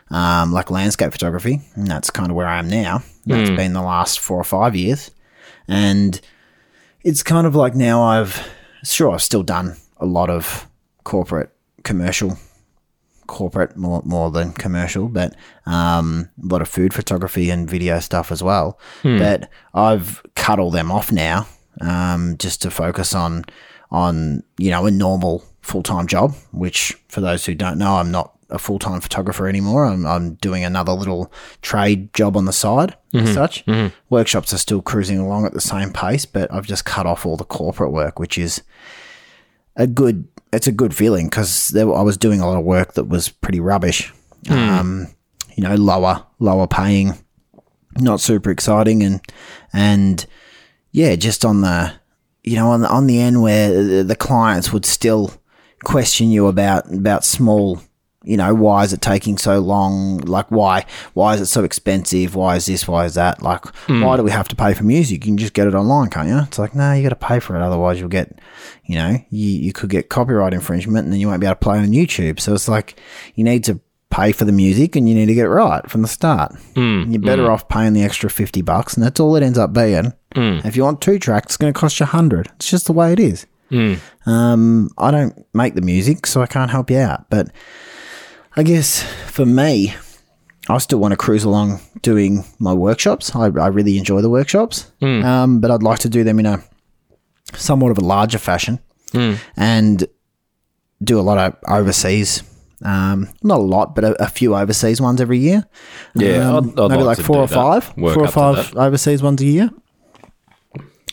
Speaker 2: um, like landscape photography and that's kind of where i am now That's been the last four or five years and it's kind of like now I've sure I've still done a lot of corporate commercial corporate more more than commercial but um, a lot of food photography and video stuff as well but I've cut all them off now um, just to focus on on you know a normal full-time job which for those who don't know I'm not a full-time photographer anymore I'm, I'm doing another little trade job on the side as such workshops are still cruising along at the same pace but I've just cut off all the corporate work which is a good it's a good feeling because I was doing a lot of work that was pretty rubbish um, you know lower lower paying not super exciting and and yeah just on the you know on the, on the end where the, the clients would still question you about about small you know why is it taking so long like why why is it so expensive why is this why is that like why do we have to pay for music you can just get it online can't you it's like no you got to pay for it otherwise you'll get you know you, you could get copyright infringement and then you won't be able to play on youtube so it's like you need to pay for the music and you need to get it right from the start you're better off paying the extra 50 bucks and that's all it ends up being if you want two tracks it's going to cost you 100 it's just the way it is um, I don't make the music, so I can't help you out. But I guess for me, I still want to cruise along doing my workshops. I, I really enjoy the workshops,
Speaker 1: Hmm.
Speaker 2: um, but I'd like to do them in a somewhat of a larger fashion
Speaker 1: Hmm.
Speaker 2: and do a lot of overseas. Um, not a lot, but a, a few overseas ones every year.
Speaker 1: Yeah,
Speaker 2: Um,
Speaker 1: I'd- I'd
Speaker 2: maybe
Speaker 1: like
Speaker 2: like
Speaker 1: to
Speaker 2: four
Speaker 1: do
Speaker 2: or
Speaker 1: that,
Speaker 2: five,
Speaker 1: work
Speaker 2: four or
Speaker 1: up to
Speaker 2: five overseas ones a year.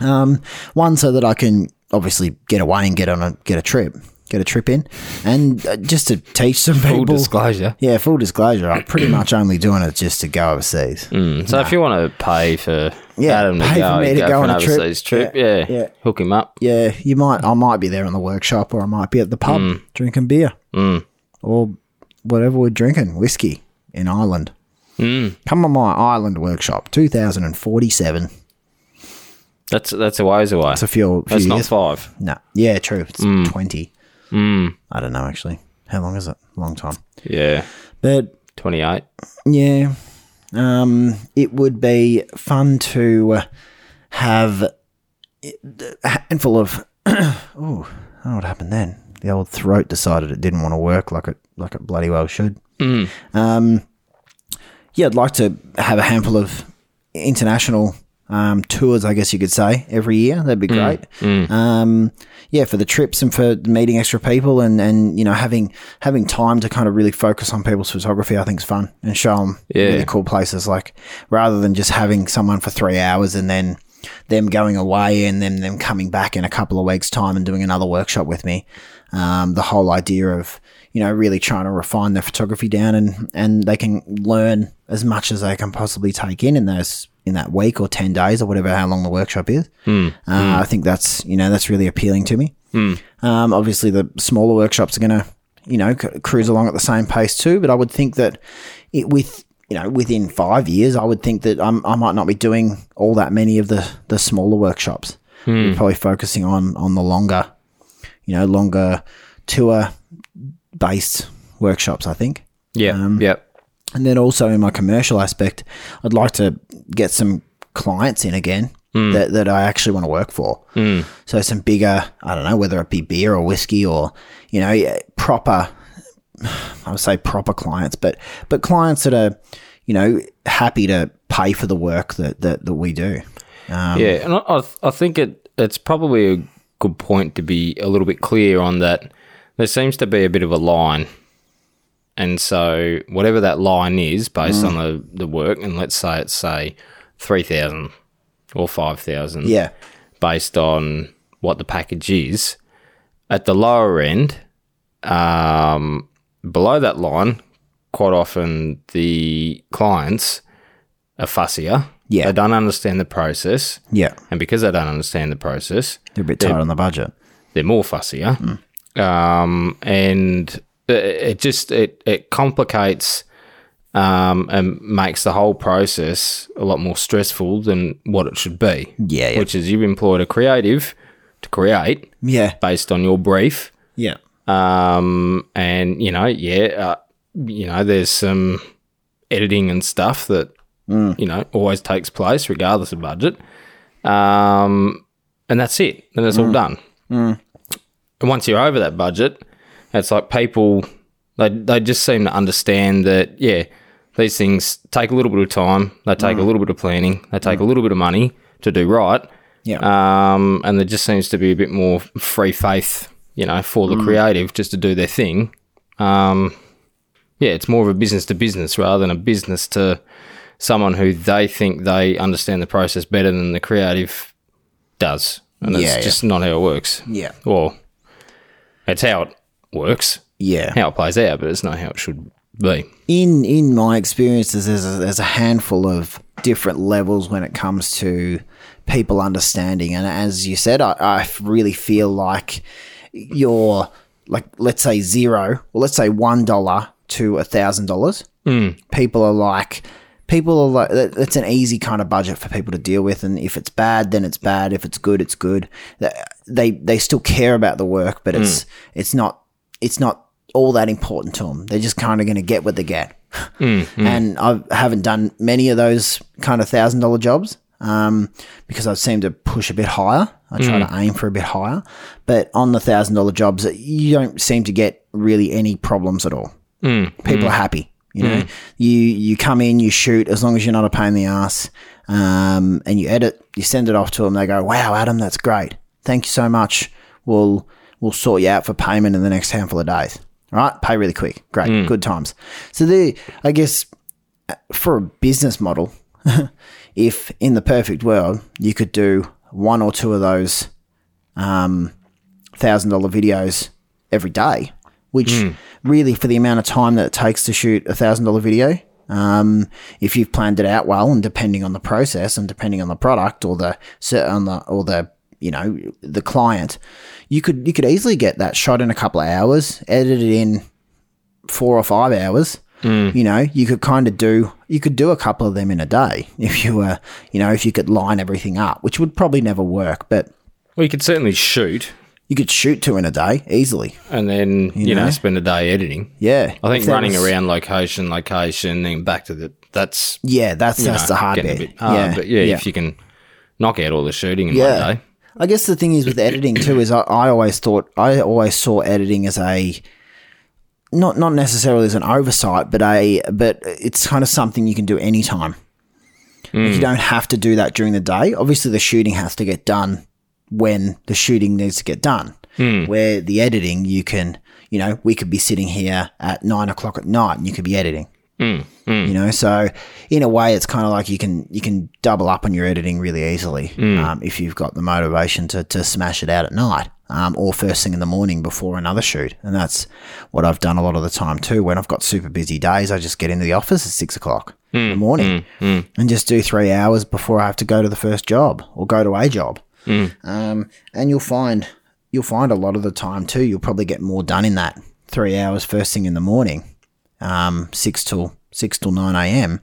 Speaker 2: Um, one so that I can obviously get away and get on a get a trip, get a trip in, and uh, just to teach some
Speaker 1: full
Speaker 2: people.
Speaker 1: disclosure.
Speaker 2: yeah, full disclosure, I'm pretty much only doing it just to go overseas.
Speaker 1: Mm, So if you want to pay for
Speaker 2: Yeah,
Speaker 1: Adam to
Speaker 2: pay for
Speaker 1: go,
Speaker 2: me to
Speaker 1: go
Speaker 2: go
Speaker 1: for
Speaker 2: on
Speaker 1: an
Speaker 2: a trip.
Speaker 1: overseas trip,
Speaker 2: Yeah,
Speaker 1: yeah,
Speaker 2: yeah.
Speaker 1: hook him up.
Speaker 2: Yeah, you might. I might be there in the workshop, or I might be at the pub
Speaker 1: Mm.
Speaker 2: drinking beer, or whatever we're drinking, whiskey in Ireland.
Speaker 1: Mm.
Speaker 2: Come on, my Ireland workshop, 2047.
Speaker 1: That's that's a ways away.
Speaker 2: It's a few, few
Speaker 1: that's not Mm.
Speaker 2: years.
Speaker 1: five.
Speaker 2: No, yeah, true. It's 20.
Speaker 1: Mm.
Speaker 2: I don't know actually. How long is it? Long time.
Speaker 1: Yeah,
Speaker 2: But
Speaker 1: twenty eight.
Speaker 2: Yeah. Um, it would be fun to uh, have a handful of. oh, I don't know what happened then. The old throat decided it didn't want to work like it like it bloody well should. Um, yeah, I'd like to have a handful of international um, tours, I guess you could say, every year. That'd be great. Um, yeah, for the trips and for meeting extra people and, and you know having having time to kind of really focus on people's photography, I think is fun and show them
Speaker 1: Yeah.
Speaker 2: really cool places. Like rather than just having someone for three hours and then them going away and then them coming back in a couple of weeks' time and doing another workshop with me. Um, the whole idea of you know really trying to refine their photography down and and they can learn as much as they can possibly take in in those in that week or ten days or whatever how long the workshop is. Uh, I think that's you know that's really appealing to me. Um, obviously, the smaller workshops are going to, you know, c- cruise along at the same pace too. But I would think that it with you know within five years, I would think that I'm, I might not be doing all that many of the the smaller workshops. We're probably focusing on on the longer, you know, longer tour based workshops. I think.
Speaker 1: Yeah.
Speaker 2: Um,
Speaker 1: yep.
Speaker 2: And then also in my commercial aspect, I'd like to get some clients in again that, that I actually want to work for. Mm. So some bigger, I don't know, whether it be beer or whiskey or, you know, yeah, proper, I would say proper clients, but, but clients that are, you know, happy to pay for the work that, that, that we do. Um,
Speaker 1: yeah, and I, I th- I think it it's probably a good point to be a little bit clear on that. There seems to be a bit of a line, and so whatever that line is,
Speaker 2: Mm.
Speaker 1: based on the the work, and let's say it's say three thousand or five thousand,
Speaker 2: Yeah.
Speaker 1: based on what the package is. At the lower end, um, below that line, quite often the clients are fussier.
Speaker 2: Yeah.
Speaker 1: They don't understand the process.
Speaker 2: Yeah.
Speaker 1: And because they don't understand the process,
Speaker 2: They're a bit tight on the budget.
Speaker 1: they're more fussier. Um, and it, it just it, it complicates um, and makes the whole process a lot more stressful than what it should be.
Speaker 2: Yeah, yeah.
Speaker 1: Which is you've employed a creative to create
Speaker 2: Yeah.
Speaker 1: based on your brief.
Speaker 2: Yeah.
Speaker 1: Um, and you know, yeah, uh, you know, there's some editing and stuff that you know always takes place regardless of budget. Um, and that's it. Then it's all done. And once you're over that budget, it's like people they they just seem to understand that yeah, these things take a little bit of time. They take a little bit of planning. They take a little bit of money to do right.
Speaker 2: Yeah.
Speaker 1: Um, and there just seems to be a bit more free faith, you know, for
Speaker 2: Mm.
Speaker 1: the creative just to do their thing. Um, yeah, it's more of a business to business rather than a business to someone who they think they understand the process better than the creative does. And that's
Speaker 2: Yeah, yeah.
Speaker 1: just not how it works.
Speaker 2: Yeah.
Speaker 1: Well, it's how it works,
Speaker 2: Yeah.
Speaker 1: how it plays out, but it's not how it should be.
Speaker 2: in in my experiences, there's a, there's a handful of different levels when it comes to people understanding. And as you said, I, I really feel like you're like let's say zero, well, let's say one dollar to a thousand dollars. People are like. People are like, that- that's an easy kind of budget for people to deal with. And if it's bad, then it's bad. If it's good, it's good. Th- They, they still care about the work, but it's, it's not, it's not all that important to them. They're just kind of going to get what they get. And I've, I haven't done many of those kind of thousand dollar jobs um, because I seem to push a bit higher. I try to aim for a bit higher. But on the thousand dollar jobs, you don't seem to get really any problems at all. People are happy. You know, you you come in, you shoot as long as you're not a pain in the ass, um, and you edit, you send it off to them. They go, "Wow, Adam, that's great. Thank you so much. We'll we'll sort you out for payment in the next handful of days. All right, pay really quick. Great, good times. So the I guess uh, for a business model, if in the perfect world you could do one or two of those um, thousand dollar videos every day, which really for the amount of time that it takes to shoot a thousand dollar video, um, if you've planned it out well and depending on the process and depending on the product or the cer- on the or the you know the client, you could you could easily get that shot in a couple of hours, edited in four or five hours. You know, you could kind of do you could do a couple of them in a day if you were you know if you could line everything up, which would probably never work, but
Speaker 1: Well, you could certainly shoot
Speaker 2: you could shoot two in a day easily.
Speaker 1: and then, you, know,
Speaker 2: know?
Speaker 1: spend a day editing.
Speaker 2: Yeah,
Speaker 1: I think
Speaker 2: If that
Speaker 1: running
Speaker 2: was-
Speaker 1: around location, location, then back to the that's
Speaker 2: Yeah, that's that's the hard
Speaker 1: getting
Speaker 2: bit.
Speaker 1: a bit hard,
Speaker 2: yeah,
Speaker 1: but yeah, if you can knock out all the shooting in one
Speaker 2: yeah.
Speaker 1: day,
Speaker 2: I guess the thing is with editing too is I, I always thought I always saw editing as a not not necessarily as an oversight, but a but it's kind of something you can do anytime.
Speaker 1: Hmm.
Speaker 2: Like you don't have to do that during the day. Obviously, the shooting has to get done when the shooting needs to get done.
Speaker 1: Hmm.
Speaker 2: Where the editing, you can, you know, we could be sitting here at nine o'clock at night and you could be editing. You know, so in a way, it's kind of like you can you can double up on your editing really easily um, if you've got the motivation to to smash it out at night um, or first thing in the morning before another shoot. And that's what I've done a lot of the time too. When I've got super busy days, I just get into the office at six o'clock in the morning and just do three hours before I have to go to the first job or go to a job. Um, and you'll find you'll find a lot of the time too. You'll probably get more done in that three hours first thing in the morning, um, six till six till nine a.m.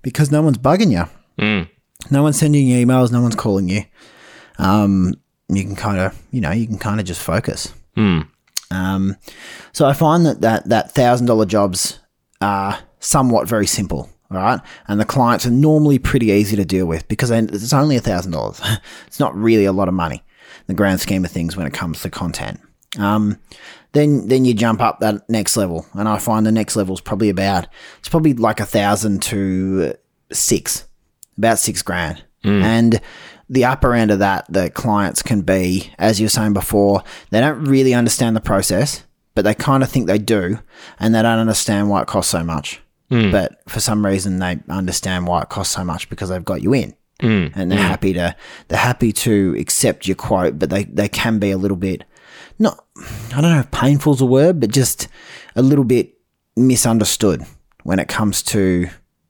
Speaker 2: because no one's bugging you. No one's sending you emails. No one's calling you. Um, you can kind of you know you can kind of just focus. Um, so I find that that that thousand dollar jobs are somewhat very simple, all right? And the clients are normally pretty easy to deal with because they- it's only a thousand dollars. It's not really a lot of money in the grand scheme of things when it comes to content. Um, then then you jump up that next level, and I find the next level is probably about it's probably like a thousand to uh, six about six grand. And the upper end of that, the clients can be, as you were saying before, they don't really understand the process, but they kind of think they do, and they don't understand why it costs so much. But for some reason, they understand why it costs so much because they've got you in, and they're happy to they're happy to accept your quote, but they they can be a little bit not I don't know if painful's a word, but just a little bit misunderstood when it comes to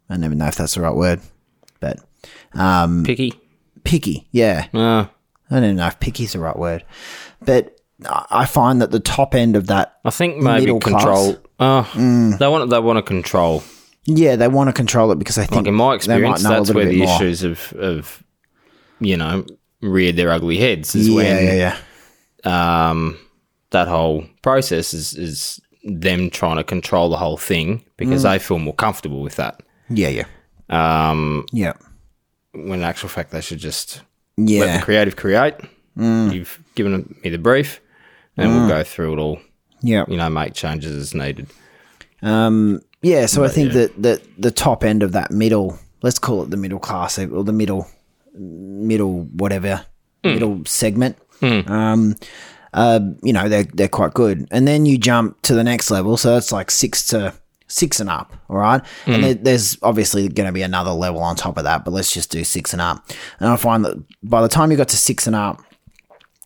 Speaker 2: I never know if that's the right word, but um,
Speaker 1: Picky.
Speaker 2: picky. Yeah,
Speaker 1: Uh,
Speaker 2: I don't even know if picky's the right word, but I I find that the top end of that,
Speaker 1: I think maybe
Speaker 2: Middle class. Mm.
Speaker 1: control. Uh, They want they want to control.
Speaker 2: yeah, they want to control it because they think
Speaker 1: Like in my
Speaker 2: they might
Speaker 1: experience,
Speaker 2: know a
Speaker 1: that's
Speaker 2: little
Speaker 1: where
Speaker 2: bit
Speaker 1: the
Speaker 2: more.
Speaker 1: issues of of you know reared their ugly heads is
Speaker 2: Yeah,
Speaker 1: when
Speaker 2: yeah, yeah.
Speaker 1: um, that whole process is is them trying to control the whole thing
Speaker 2: Mm.
Speaker 1: because they feel more comfortable with that.
Speaker 2: Yeah, yeah,
Speaker 1: Um,
Speaker 2: yeah,
Speaker 1: when in actual fact, they should just let
Speaker 2: yeah, Mm.
Speaker 1: the creative create. You've given me the brief, and we'll go through it all.
Speaker 2: yeah.
Speaker 1: You know, make changes as needed.
Speaker 2: Um, yeah, so I think that that the top end of that middle, let's call it the middle class eh, or the middle, middle whatever, middle segment. Um, uh, you know they're they're quite good, and then you jump to the next level, so that's like six to six and up, all right. And there, there's obviously going to be another level on top of that, but let's just do six and up. And I find that by the time you got to six and up,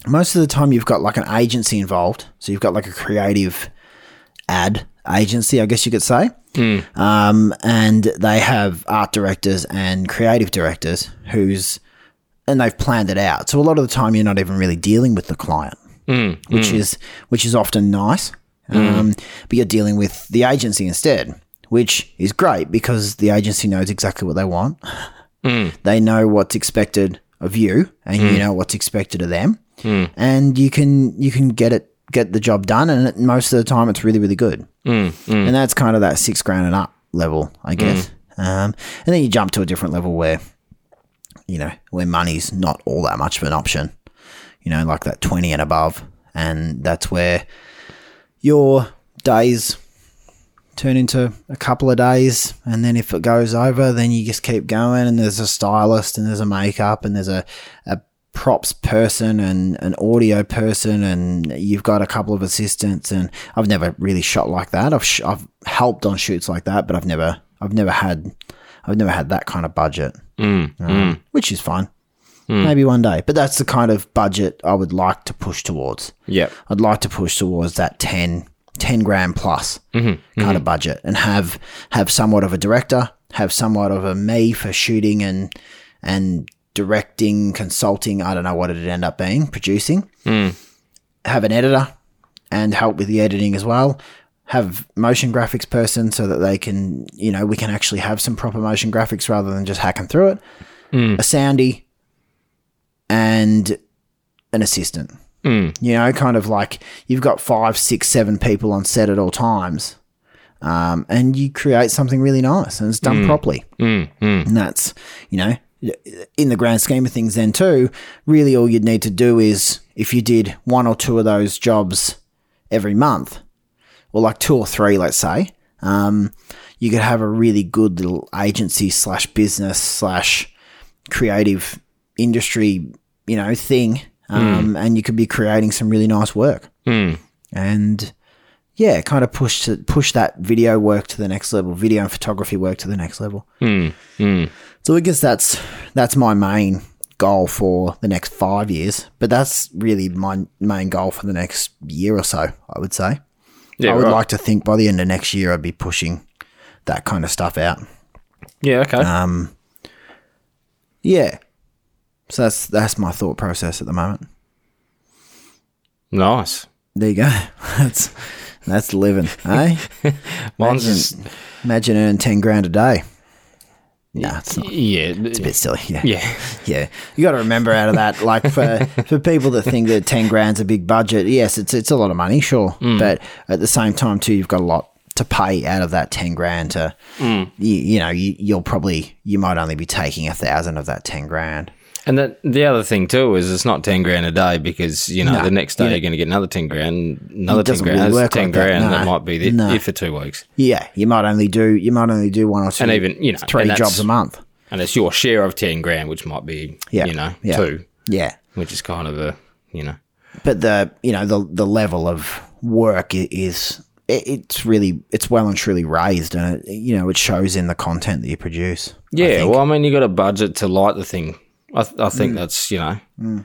Speaker 2: most of the time you've got like an agency involved, so you've got like a creative ad agency, I guess you could say. Um, and they have art directors and creative directors who's, and they've planned it out. So a lot of the time, you're not even really dealing with the client, which is which is often nice. Um, But you're dealing with the agency instead, which is great because the agency knows exactly what they want. They know what's expected of you, and you know what's expected of them, and you can you can get it get the job done. And it, most of the time, it's really really good and that's kind of that six grand and up level, I guess. Um, and then you jump to a different level where, you know, where money's not all that much of an option, you know, like that 20 and above. And that's where your days turn into a couple of days. And then if it goes over, then you just keep going. And there's a stylist and there's a makeup and there's a, a props person and an audio person. And you've got a couple of assistants. And I've never really shot like that. I've, sh- I've helped on shoots like that, but I've never, I've never had, I've never had that kind of budget, Um, which is fine. Maybe one day, but that's the kind of budget I would like to push towards.
Speaker 1: Yep.
Speaker 2: I'd like to push towards that 10, 10 grand plus kind of budget and have have somewhat of a director, have somewhat of a me for shooting and and directing, consulting, I don't know what it'd end up being, producing. Have an editor and help with the editing as well. Have motion graphics person so that they can, you know, we can actually have some proper motion graphics rather than just hacking through it. A soundy and an assistant. You know, kind of like you've got five, six, seven people on set at all times, um, and you create something really nice and it's done properly. And that's, you know, in the grand scheme of things, then too, really all you'd need to do is if you did one or two of those jobs every month, or like two or three, let's say, um, you could have a really good little agency slash business slash creative industry, you know,
Speaker 1: Hmm.
Speaker 2: thing. Um, And you could be creating some really nice work. And yeah, kind of push to push that video work to the next level, video and photography work to the next level.
Speaker 1: Hmm.
Speaker 2: So I guess that's that's my main goal for the next five years, but that's really my main goal for the next year or so. I would say.
Speaker 1: Yeah,
Speaker 2: I would
Speaker 1: right.
Speaker 2: like to think by the end of next year, I'd be pushing that kind of stuff out.
Speaker 1: yeah, okay.
Speaker 2: Um, Yeah. So that's that's my thought process at the moment.
Speaker 1: nice.
Speaker 2: There you go. That's that's living, eh?
Speaker 1: Mine's just,
Speaker 2: Imagine earning ten grand a day. Nah, it's not.
Speaker 1: yeah,
Speaker 2: It's a bit silly. Yeah.
Speaker 1: yeah,
Speaker 2: Yeah, you got to remember out of that, like for for people that think that ten grand's a big budget, yes, it's it's a lot of money, sure,
Speaker 1: Mm.
Speaker 2: but at the same time too, you've got a lot to pay out of that ten grand. To
Speaker 1: Mm.
Speaker 2: you, you know, you, you'll probably you might only be taking a thousand of that ten grand.
Speaker 1: and that the other thing too is it's not ten grand a day because you know the next day you're going to get another ten grand, another ten
Speaker 2: doesn't
Speaker 1: grand,
Speaker 2: really
Speaker 1: that's
Speaker 2: work
Speaker 1: ten
Speaker 2: like that,
Speaker 1: grand. That,
Speaker 2: no.
Speaker 1: might be the,
Speaker 2: No.
Speaker 1: it for two weeks,
Speaker 2: Yeah, you might only do you might only do one or two,
Speaker 1: and even you know
Speaker 2: three
Speaker 1: and that's-
Speaker 2: jobs a month.
Speaker 1: and it's your share of ten grand, which might be
Speaker 2: Yeah,
Speaker 1: you know
Speaker 2: yeah.
Speaker 1: two,
Speaker 2: Yeah,
Speaker 1: which is kind of a you know
Speaker 2: but the you know the the level of work i- is it, it's really it's well and truly raised, and it, you know it shows in the content that you produce.
Speaker 1: Yeah, well, I mean, you got a budget to light the thing. I, th- I
Speaker 2: Mm.
Speaker 1: think that's you know,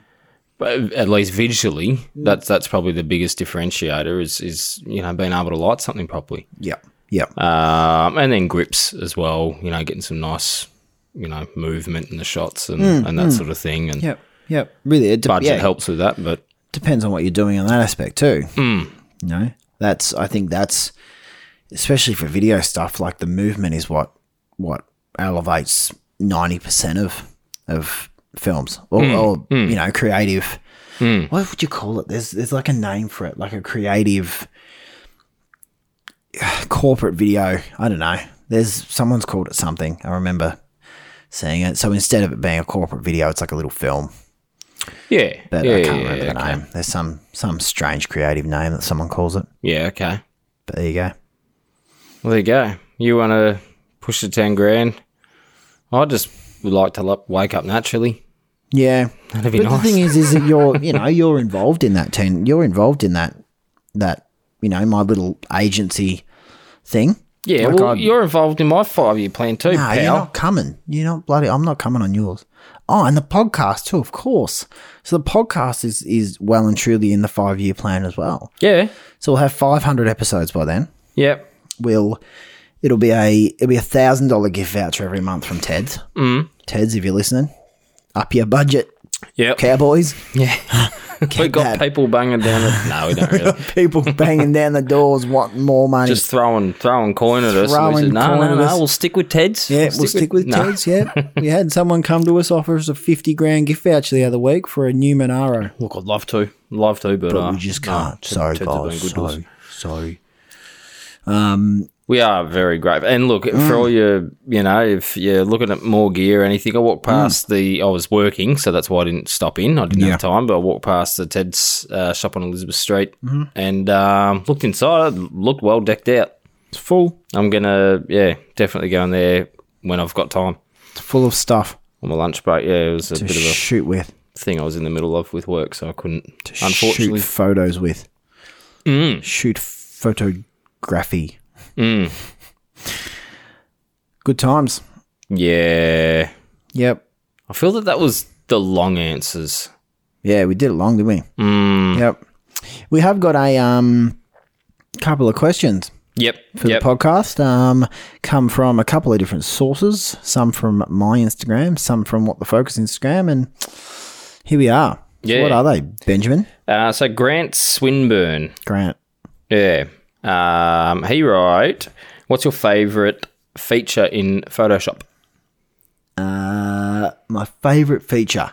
Speaker 1: but at least visually, that's that's probably the biggest differentiator is is you know being able to light something properly,
Speaker 2: Yep. Yep.
Speaker 1: um, and then grips as well. You know, getting some nice you know movement in the shots and, and that sort of thing. And
Speaker 2: Mm, Yep. Yep. Really, it de-
Speaker 1: budget
Speaker 2: yeah,
Speaker 1: helps with that, but
Speaker 2: depends on what you're doing on that aspect too. You know, that's I think that's especially for video stuff like the movement is what what elevates ninety percent of of films or, or you know creative. What would you call it? There's there's like a name for it, like a creative corporate video. I don't know. There's someone's called it something. I remember seeing it. So instead of it being a corporate video, it's like a little film
Speaker 1: yeah,
Speaker 2: but
Speaker 1: yeah,
Speaker 2: I can't
Speaker 1: yeah,
Speaker 2: remember the name. There's some some strange creative name that someone calls it.
Speaker 1: yeah. Okay,
Speaker 2: But there you go.
Speaker 1: well, there you go. You want to push the ten grand? I just would like to lo- wake up naturally.
Speaker 2: Yeah.
Speaker 1: That'd be
Speaker 2: but
Speaker 1: nice.
Speaker 2: the thing is, is that you're you know you're involved in that ten. You're involved in that that you know my little agency thing.
Speaker 1: yeah,
Speaker 2: Like
Speaker 1: well,
Speaker 2: I'd-
Speaker 1: you're involved in my five-year plan too,
Speaker 2: Nah,
Speaker 1: pal.
Speaker 2: you're not coming. You're not bloody. I'm not coming on yours. Oh, and the podcast too, of course. So the podcast is is well and truly in the five year plan as well.
Speaker 1: Yeah.
Speaker 2: So we'll have 500 episodes by then.
Speaker 1: Yep.
Speaker 2: will it'll be a it'll be a thousand dollar gift voucher every month from Ted's. Mm. Ted's, if you're listening, up your budget,
Speaker 1: Yep.
Speaker 2: cowboys.
Speaker 1: Yeah. we
Speaker 2: Get
Speaker 1: got
Speaker 2: that.
Speaker 1: people banging down. The- no, we don't really.
Speaker 2: People banging down the doors wanting more money.
Speaker 1: Just throwing throwing coin at us. And we
Speaker 2: Throwing
Speaker 1: said, no,
Speaker 2: coin
Speaker 1: no,
Speaker 2: at
Speaker 1: no.
Speaker 2: us.
Speaker 1: We'll stick with Ted's.
Speaker 2: yeah, we'll stick with
Speaker 1: no.
Speaker 2: Ted's. Yeah, we had someone come to us offer us a fifty grand gift voucher the other week for a new Monaro.
Speaker 1: Look, I'd love to, love to, but, uh,
Speaker 2: we just
Speaker 1: no,
Speaker 2: can't.
Speaker 1: Ted-
Speaker 2: sorry,
Speaker 1: Ted's have been
Speaker 2: guys.
Speaker 1: good to us.
Speaker 2: Sorry, sorry.
Speaker 1: We are very grateful. And look, for
Speaker 2: Mm.
Speaker 1: all your, you know, if you're looking at more gear or anything, I
Speaker 2: Mm.
Speaker 1: walked past the, I was working, so that's why I didn't stop in. I didn't
Speaker 2: Yeah.
Speaker 1: have time, but I walked past the Ted's uh, shop on Elizabeth Street
Speaker 2: Mm-hmm.
Speaker 1: and um, looked inside. It looked well decked out.
Speaker 2: It's full.
Speaker 1: I'm gonna yeah, definitely go in there when I've got time
Speaker 2: It's full of stuff
Speaker 1: on my lunch break. Yeah, it was a
Speaker 2: to
Speaker 1: bit of
Speaker 2: shoot with,
Speaker 1: a thing I was in the middle of with work, so I couldn't.
Speaker 2: to
Speaker 1: Unfortunately, Mm.
Speaker 2: shoot photos with, shoot photography. Good times.
Speaker 1: yeah,
Speaker 2: Yep.
Speaker 1: I feel that that was the long answers.
Speaker 2: Yeah, we did it long, didn't we?
Speaker 1: Mm.
Speaker 2: Yep. We have got a um couple of questions
Speaker 1: Yep,
Speaker 2: for
Speaker 1: yep,
Speaker 2: the podcast. Um, come from a couple of different sources. Some from my Instagram, some from What the Focus Instagram, and here we are. So
Speaker 1: Yeah.
Speaker 2: what are they, Benjamin
Speaker 1: Uh, so Grant Swinburne,
Speaker 2: Grant?
Speaker 1: yeah, um, he wrote, "What's your favourite feature in Photoshop?"
Speaker 2: Uh, my favorite feature.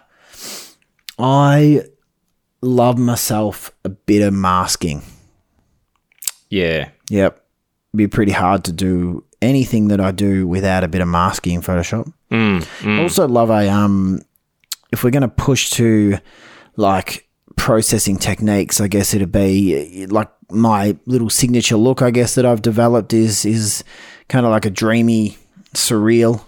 Speaker 2: I love myself a bit of masking.
Speaker 1: Yeah,
Speaker 2: Yep. Be pretty hard to do anything that I do without a bit of masking in Photoshop. Also love a um if we're gonna push to like processing techniques, I guess it'd be uh, like my little signature look I guess that I've developed is is kind of like a dreamy surreal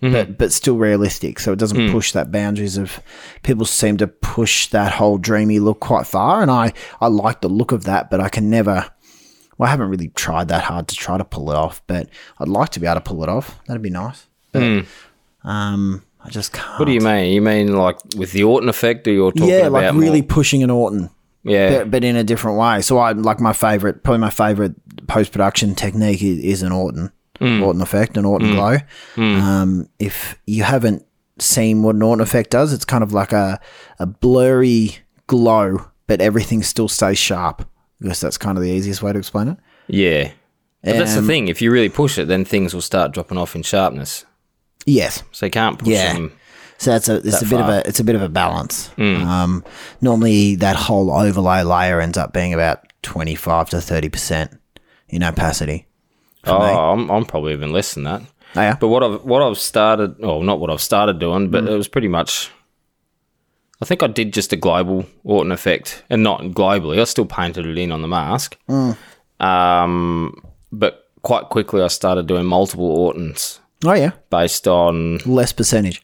Speaker 2: but but still realistic. So it doesn't push that boundaries of people seem to push that whole dreamy look quite far and I, I like the look of that, but I can never Well, I haven't really tried that hard to try to pull it off, but I'd like to be able to pull it off. That'd be nice. But um, I just can't.
Speaker 1: What do you mean? You mean like with the Orton effect, or you're talking
Speaker 2: Yeah,
Speaker 1: about
Speaker 2: like really
Speaker 1: more-
Speaker 2: pushing an Orton.
Speaker 1: Yeah,
Speaker 2: but, but in a different way. So I like my favorite, probably my favorite post production technique is, is an Orton,
Speaker 1: Mm.
Speaker 2: Orton effect, an Orton glow. Um, if you haven't seen what an Orton effect does, it's kind of like a a blurry glow, but everything still stays sharp. I guess that's kind of the easiest way to explain it.
Speaker 1: yeah. But that's the
Speaker 2: Um,
Speaker 1: thing. If you really push it, then things will start dropping off in sharpness.
Speaker 2: Yes.
Speaker 1: So you can't push
Speaker 2: Yeah.
Speaker 1: them.
Speaker 2: So that's a it's a bit of a it's a bit of a balance.
Speaker 1: Hmm.
Speaker 2: Um, normally that whole overlay layer ends up being about twenty five to thirty percent in opacity.
Speaker 1: Oh, I'm, I'm probably even less than that.
Speaker 2: Oh, yeah.
Speaker 1: But what I've what I've started, well, not what I've started doing,
Speaker 2: Hmm.
Speaker 1: but it was pretty much. I think I did just a global Orton effect, and not globally. I still painted it in on the mask,
Speaker 2: Hmm.
Speaker 1: um, but quite quickly I started doing multiple Ortons
Speaker 2: Oh yeah.
Speaker 1: based on
Speaker 2: Less percentage.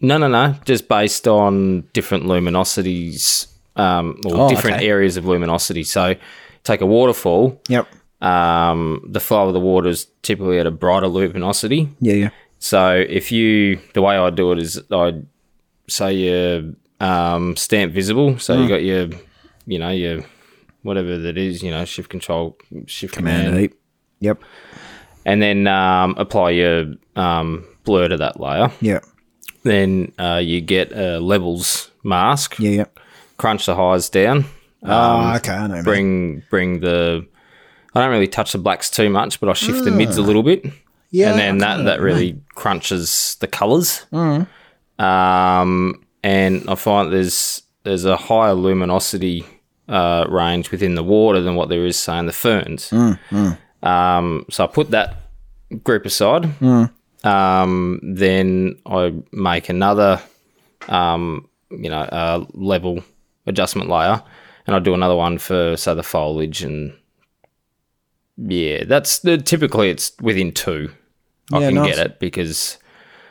Speaker 1: no, no, no, just based on different luminosities um, or
Speaker 2: Oh,
Speaker 1: different
Speaker 2: okay.
Speaker 1: areas of luminosity. So take a waterfall.
Speaker 2: Yep.
Speaker 1: Um, the flow of the water is typically at a brighter luminosity,
Speaker 2: Yeah, yeah.
Speaker 1: So if you, the way I do it is I say your um, stamp visible. So you got your, you know, your whatever that is, you know, shift control, shift command,
Speaker 2: Yep.
Speaker 1: and then um, apply your um, blur to that layer.
Speaker 2: Yep.
Speaker 1: Then uh, you get a levels mask.
Speaker 2: Yeah, yep.
Speaker 1: Crunch the highs down.
Speaker 2: Ah, okay, I know. man.
Speaker 1: Um, Bring bring the. I don't really touch the blacks too much, but I shift the mids a little bit.
Speaker 2: Yeah,
Speaker 1: and then
Speaker 2: I
Speaker 1: that, that really crunches the colors. Um, and I find there's there's a higher luminosity uh, range within the water than what there is, say, in the ferns. Um, so I put that group aside. Um, then I make another, um, you know, uh, level adjustment layer, and I do another one for say the foliage and yeah, that's the, typically it's within two. I
Speaker 2: Yeah,
Speaker 1: can
Speaker 2: nice.
Speaker 1: get it because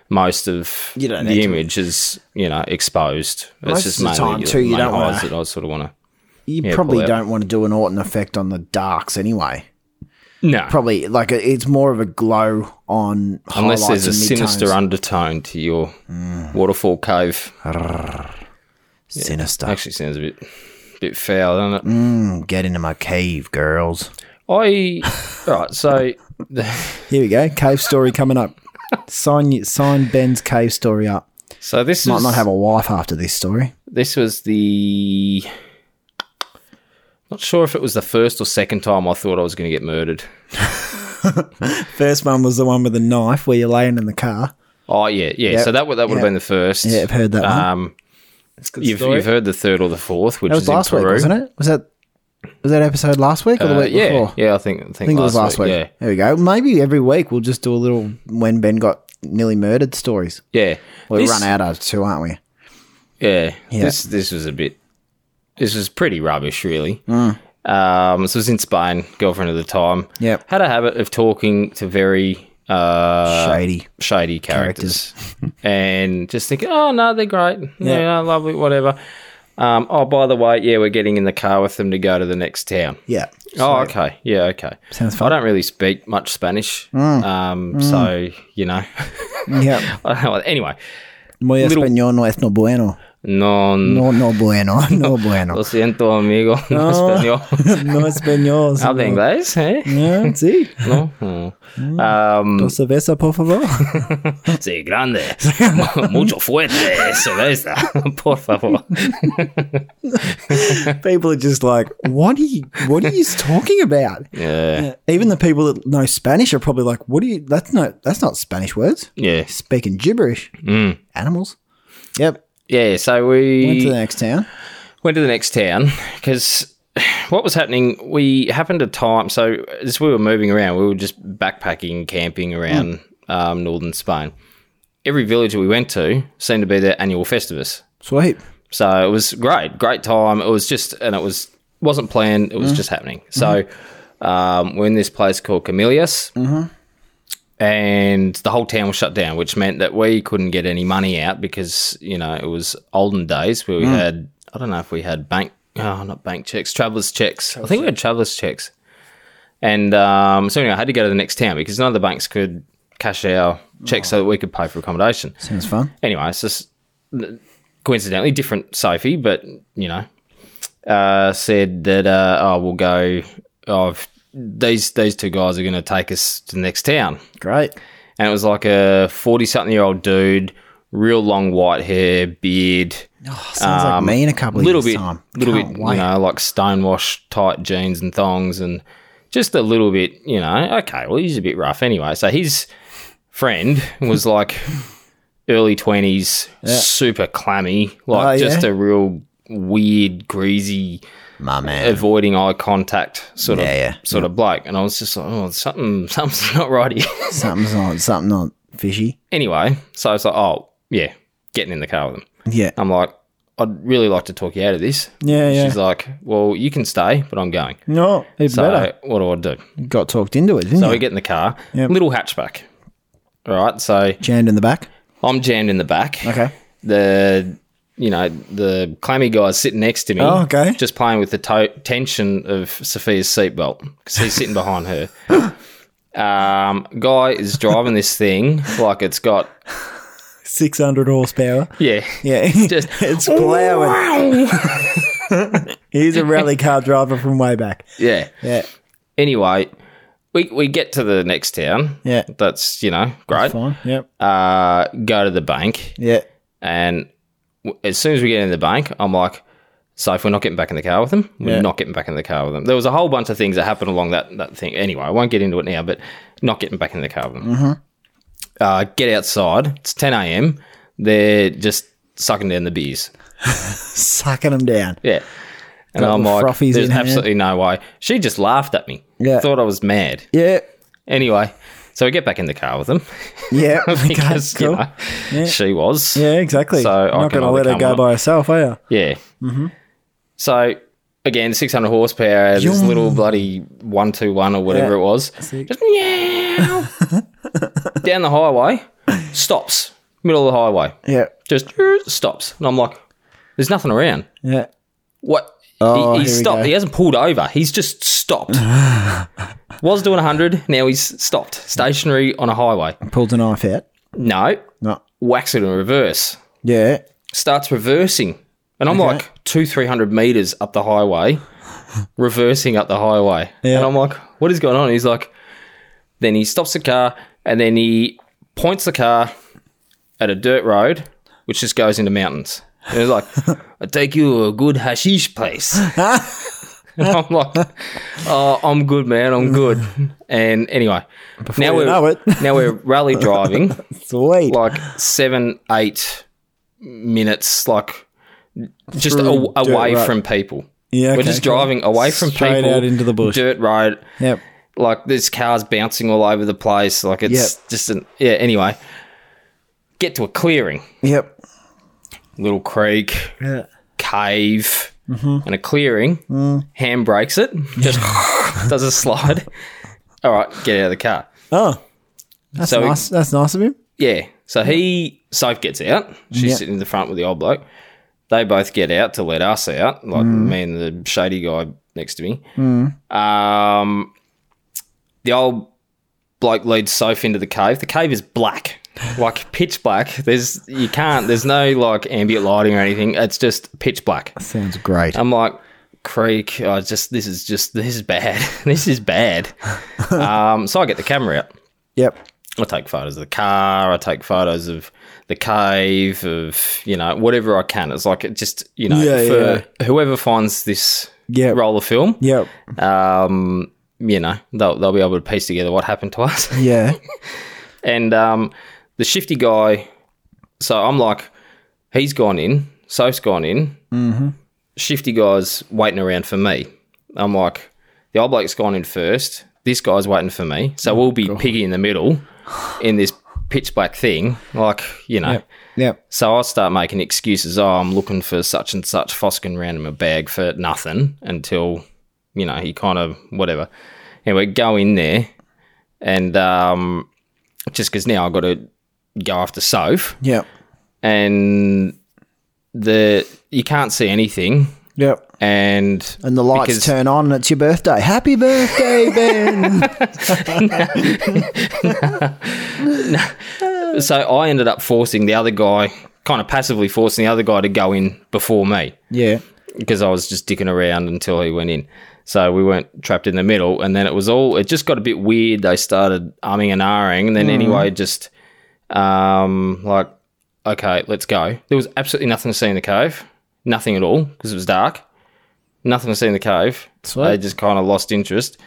Speaker 1: most of
Speaker 2: You don't need
Speaker 1: the
Speaker 2: to.
Speaker 1: image is you know exposed. It's
Speaker 2: Most
Speaker 1: just
Speaker 2: of the
Speaker 1: mainly
Speaker 2: time,
Speaker 1: your
Speaker 2: too, you
Speaker 1: main
Speaker 2: don't wanna-
Speaker 1: eyes that I sort of want to.
Speaker 2: you
Speaker 1: yeah,
Speaker 2: probably
Speaker 1: pull out.
Speaker 2: don't want to do an Orton effect on the darks anyway.
Speaker 1: No,
Speaker 2: Probably like it's more of a glow on
Speaker 1: unless there's a
Speaker 2: highlights and midtones. Mm.
Speaker 1: sinister undertone to your waterfall cave.
Speaker 2: sinister.
Speaker 1: Actually, sounds a bit bit foul, doesn't it?
Speaker 2: Mm, get into my cave, girls.
Speaker 1: I right. So
Speaker 2: Here we go. Cave story coming up. sign you- sign Ben's cave story up.
Speaker 1: so this
Speaker 2: Might
Speaker 1: is
Speaker 2: not have a wife after this story.
Speaker 1: this was the. Not sure if it was the first or second time I thought I was going to get murdered.
Speaker 2: First one was the one with the knife where you're laying in the car.
Speaker 1: Oh yeah, yeah. So that would that would have been the first.
Speaker 2: Yeah, I've heard that one.
Speaker 1: Um, you've, you've heard the third or the fourth, which
Speaker 2: That was
Speaker 1: is in
Speaker 2: last week,
Speaker 1: Peru.
Speaker 2: wasn't it? Was that was that episode last week or the
Speaker 1: Uh,
Speaker 2: week
Speaker 1: yeah,
Speaker 2: before?
Speaker 1: yeah. I think I think,
Speaker 2: I think it was last week.
Speaker 1: Yeah,
Speaker 2: There we go. Maybe every week we'll just do a little when Ben got nearly murdered stories.
Speaker 1: yeah.
Speaker 2: We
Speaker 1: This-
Speaker 2: run out of two, aren't we?
Speaker 1: Yeah, This this was a bit. This was pretty rubbish, really.
Speaker 2: Mm.
Speaker 1: Um, this was in Spain. Girlfriend at the time.
Speaker 2: Yep.
Speaker 1: Had a habit of talking to very uh,
Speaker 2: Shady.
Speaker 1: shady characters, and just thinking, oh no, they're great, yeah, lovely, whatever. Um, oh, by the way, yeah, we're getting in the car with them to go to the next town.
Speaker 2: Yeah.
Speaker 1: oh, okay, yeah, okay.
Speaker 2: Sounds
Speaker 1: I don't really speak much Spanish, um, so you know.
Speaker 2: Yeah.
Speaker 1: anyway,
Speaker 2: Muy español no es no bueno.
Speaker 1: no, no,
Speaker 2: No, no bueno. No bueno.
Speaker 1: lo siento, amigo, no español.
Speaker 2: no español.
Speaker 1: Habla inglés, eh?
Speaker 2: Yeah, sí.
Speaker 1: No. Oh. Um,
Speaker 2: Dos cerveza, por favor.
Speaker 1: sí, grande. Mucho fuerte cerveza, por favor.
Speaker 2: people are just like, what are you, what are you talking about?
Speaker 1: Yeah,
Speaker 2: Even the people that know Spanish are probably like, what are you, that's not, that's not Spanish words.
Speaker 1: yeah,
Speaker 2: Speaking gibberish.
Speaker 1: Hmm.
Speaker 2: Animals. Yep.
Speaker 1: yeah. So we
Speaker 2: Went to the next town.
Speaker 1: went to the next town because what was happening, we happened to time. So as we were moving around, we were just backpacking, camping around um, northern Spain. Every village we went to seemed to be their annual festivus.
Speaker 2: Sweet.
Speaker 1: So it was great, great time. It was just, and it was wasn't planned. It was just happening. So um, we're in this place called Camellias, and the whole town was shut down, which meant that we couldn't get any money out because you know it was olden days where we had I don't know if we had bank, oh not bank checks, travellers checks. I think we had travellers checks. And um, so anyway, I had to go to the next town because none of the banks could cash our checks so that we could pay for accommodation.
Speaker 2: Sounds fun.
Speaker 1: Anyway, it's just coincidentally different Sophie, but you know, uh, said that uh, oh we'll go. Oh, I've- these these two guys are going to take us to the next town
Speaker 2: Great.
Speaker 1: and it was like a 40 something year old dude real long white hair beard
Speaker 2: Oh, sounds
Speaker 1: um,
Speaker 2: like me in a couple of
Speaker 1: little
Speaker 2: years
Speaker 1: bit
Speaker 2: time.
Speaker 1: little
Speaker 2: Can't
Speaker 1: bit
Speaker 2: wait.
Speaker 1: you know like stonewashed tight jeans and thongs and just a little bit you know okay well he's a bit rough anyway so his friend was like early 20s super clammy like
Speaker 2: Oh,
Speaker 1: just
Speaker 2: yeah?
Speaker 1: a real weird greasy
Speaker 2: my man.
Speaker 1: avoiding eye contact sort
Speaker 2: Yeah,
Speaker 1: of
Speaker 2: yeah.
Speaker 1: sort of bloke and i was just like oh something something's not right here
Speaker 2: Something's not something not fishy.
Speaker 1: anyway, so it's like, oh yeah, getting in the car with them.
Speaker 2: Yeah.
Speaker 1: I'm like, I'd really like to talk you out of this.
Speaker 2: Yeah, yeah.
Speaker 1: She's like, well, you can stay, but I'm going.
Speaker 2: No, it's
Speaker 1: So
Speaker 2: better.
Speaker 1: what do I do?
Speaker 2: Got talked into it, didn't
Speaker 1: So
Speaker 2: you?
Speaker 1: we get in the car,
Speaker 2: Yep.
Speaker 1: little hatchback. All right, so
Speaker 2: Jammed in the back.
Speaker 1: I'm jammed in the back.
Speaker 2: Okay.
Speaker 1: The you know the clammy guy's sitting next to me.
Speaker 2: Oh, okay.
Speaker 1: Just playing with the to- tension of Sophia's seatbelt because he's sitting behind her. Um, guy is driving this thing like it's got
Speaker 2: Six hundred horsepower.
Speaker 1: yeah
Speaker 2: Yeah.
Speaker 1: just
Speaker 2: it's plowing. He's a rally car driver from way back.
Speaker 1: yeah
Speaker 2: Yeah.
Speaker 1: anyway, we we get to the next town.
Speaker 2: Yeah.
Speaker 1: That's, you know, great.
Speaker 2: Fine. Yep.
Speaker 1: Uh, go to the bank.
Speaker 2: Yeah.
Speaker 1: And w- as soon as we get in the bank, I'm like, so if we're not getting back in the car with them, we're
Speaker 2: Yeah.
Speaker 1: not getting back in the car with them. There was a whole bunch of things that happened along that, that thing. Anyway, I won't get into it now, but not getting back in the car with them.
Speaker 2: Mm-hmm.
Speaker 1: Uh, get outside. It's 10 a.m. They're just sucking down the beers.
Speaker 2: Sucking him down.
Speaker 1: Yeah. And
Speaker 2: Got
Speaker 1: I'm
Speaker 2: the
Speaker 1: like,
Speaker 2: frothies
Speaker 1: there's
Speaker 2: in hand.
Speaker 1: absolutely no way. She just laughed at me.
Speaker 2: Yeah.
Speaker 1: Thought I was mad.
Speaker 2: Yeah.
Speaker 1: Anyway, so we get back in the car with them
Speaker 2: Yeah. Okay,
Speaker 1: because
Speaker 2: cool.
Speaker 1: you know, she was.
Speaker 2: Yeah, exactly.
Speaker 1: So
Speaker 2: You're
Speaker 1: I
Speaker 2: not
Speaker 1: can
Speaker 2: going to
Speaker 1: only
Speaker 2: let her
Speaker 1: come
Speaker 2: go
Speaker 1: up-
Speaker 2: by herself, are you?
Speaker 1: Yeah. Mm-hmm. So again, 600 horsepower, this
Speaker 2: Yum.
Speaker 1: little bloody 121 or whatever
Speaker 2: Yeah.
Speaker 1: it was.
Speaker 2: Sick.
Speaker 1: Just meow. down the highway, stops, middle of the highway,
Speaker 2: Yeah.
Speaker 1: just stops. And I'm like, there's nothing around.
Speaker 2: Yeah.
Speaker 1: What?
Speaker 2: Oh,
Speaker 1: he, he's
Speaker 2: here we
Speaker 1: stopped.
Speaker 2: go.
Speaker 1: He hasn't pulled over. He's just stopped. was doing 100. Now he's stopped. Stationary on a highway.
Speaker 2: Pulled a knife out.
Speaker 1: No.
Speaker 2: No.
Speaker 1: Whacks it in reverse.
Speaker 2: Yeah.
Speaker 1: starts reversing. And I'm like two, three hundred meters up the highway, reversing up the highway. And I'm like, what is going on? He's like, then he stops the car and then he points the car at a dirt road, which just goes into mountains. And he's like, I take you to a good hashish place. and I'm like, oh, I'm good, man. I'm good. And anyway, now
Speaker 2: you
Speaker 1: we're,
Speaker 2: know it.
Speaker 1: now we're rally driving
Speaker 2: Sweet.
Speaker 1: like seven, eight minutes, like just a-
Speaker 2: Through dirt
Speaker 1: away
Speaker 2: road.
Speaker 1: from people.
Speaker 2: Yeah,
Speaker 1: we're
Speaker 2: okay,
Speaker 1: just
Speaker 2: cool.
Speaker 1: driving away from
Speaker 2: Straight
Speaker 1: people
Speaker 2: out into the bush.
Speaker 1: dirt road.
Speaker 2: yep.
Speaker 1: Like there's cars bouncing all over the place. Like it's just an yeah. Anyway, get to a clearing,
Speaker 2: Yep.
Speaker 1: little creek,
Speaker 2: Yeah.
Speaker 1: cave,
Speaker 2: Mm-hmm.
Speaker 1: and a clearing.
Speaker 2: Mm.
Speaker 1: Hand breaks it, just does a slide. All right, get out of the car.
Speaker 2: Oh. That's
Speaker 1: So-
Speaker 2: nice. That's nice of him.
Speaker 1: Yeah. So he Soph gets out. She's
Speaker 2: Yeah.
Speaker 1: sitting in the front with the old bloke. They both get out to let us out, like me and the shady guy next to me. Um, the old bloke leads Soph into the cave. The cave is black, like pitch black. There's you can't. There's no like ambient lighting or anything. It's just pitch black.
Speaker 2: Sounds great.
Speaker 1: I'm like, creek. I just this is just this is bad. this is bad. um, so I get the camera out.
Speaker 2: yep.
Speaker 1: I take photos of the car. I take photos of the cave, of you know whatever I can. It's like it just you know
Speaker 2: Yeah,
Speaker 1: for whoever finds this
Speaker 2: Yep.
Speaker 1: roll of film,
Speaker 2: Yep.
Speaker 1: um, you know they'll they'll be able to piece together what happened to us.
Speaker 2: Yeah.
Speaker 1: and um, the shifty guy, so I'm like, he's gone in, Soph's gone in. Mm-hmm. Shifty guy's waiting around for me. I'm like, the old bloke's gone in first. This guy's waiting for me, so we'll be piggy in the middle in this pitch black thing, like you know.
Speaker 2: Yep.
Speaker 1: So I start making excuses. Oh, I'm looking for such and such Foskin round in my bag for nothing until, you know, he kind of whatever. Anyway, go in there and um, just because now I've got to go after Soph
Speaker 2: Yep.
Speaker 1: and the you can't see anything
Speaker 2: Yep.
Speaker 1: and
Speaker 2: And the lights
Speaker 1: because-
Speaker 2: turn on and it's your birthday. Happy birthday, Ben.
Speaker 1: So I ended up forcing the other guy, kind of passively forcing the other guy to go in before me
Speaker 2: yeah.
Speaker 1: because I was just dicking around until he went in. So we weren't trapped in the middle. And then it was all, it just got a bit weird. They started umming and ahhing. And then anyway, just um, like, okay, let's go. There was absolutely nothing to see in the cave. Nothing at all because it was dark. Nothing to see in the cave.
Speaker 2: Sweet.
Speaker 1: They just kind of lost interest.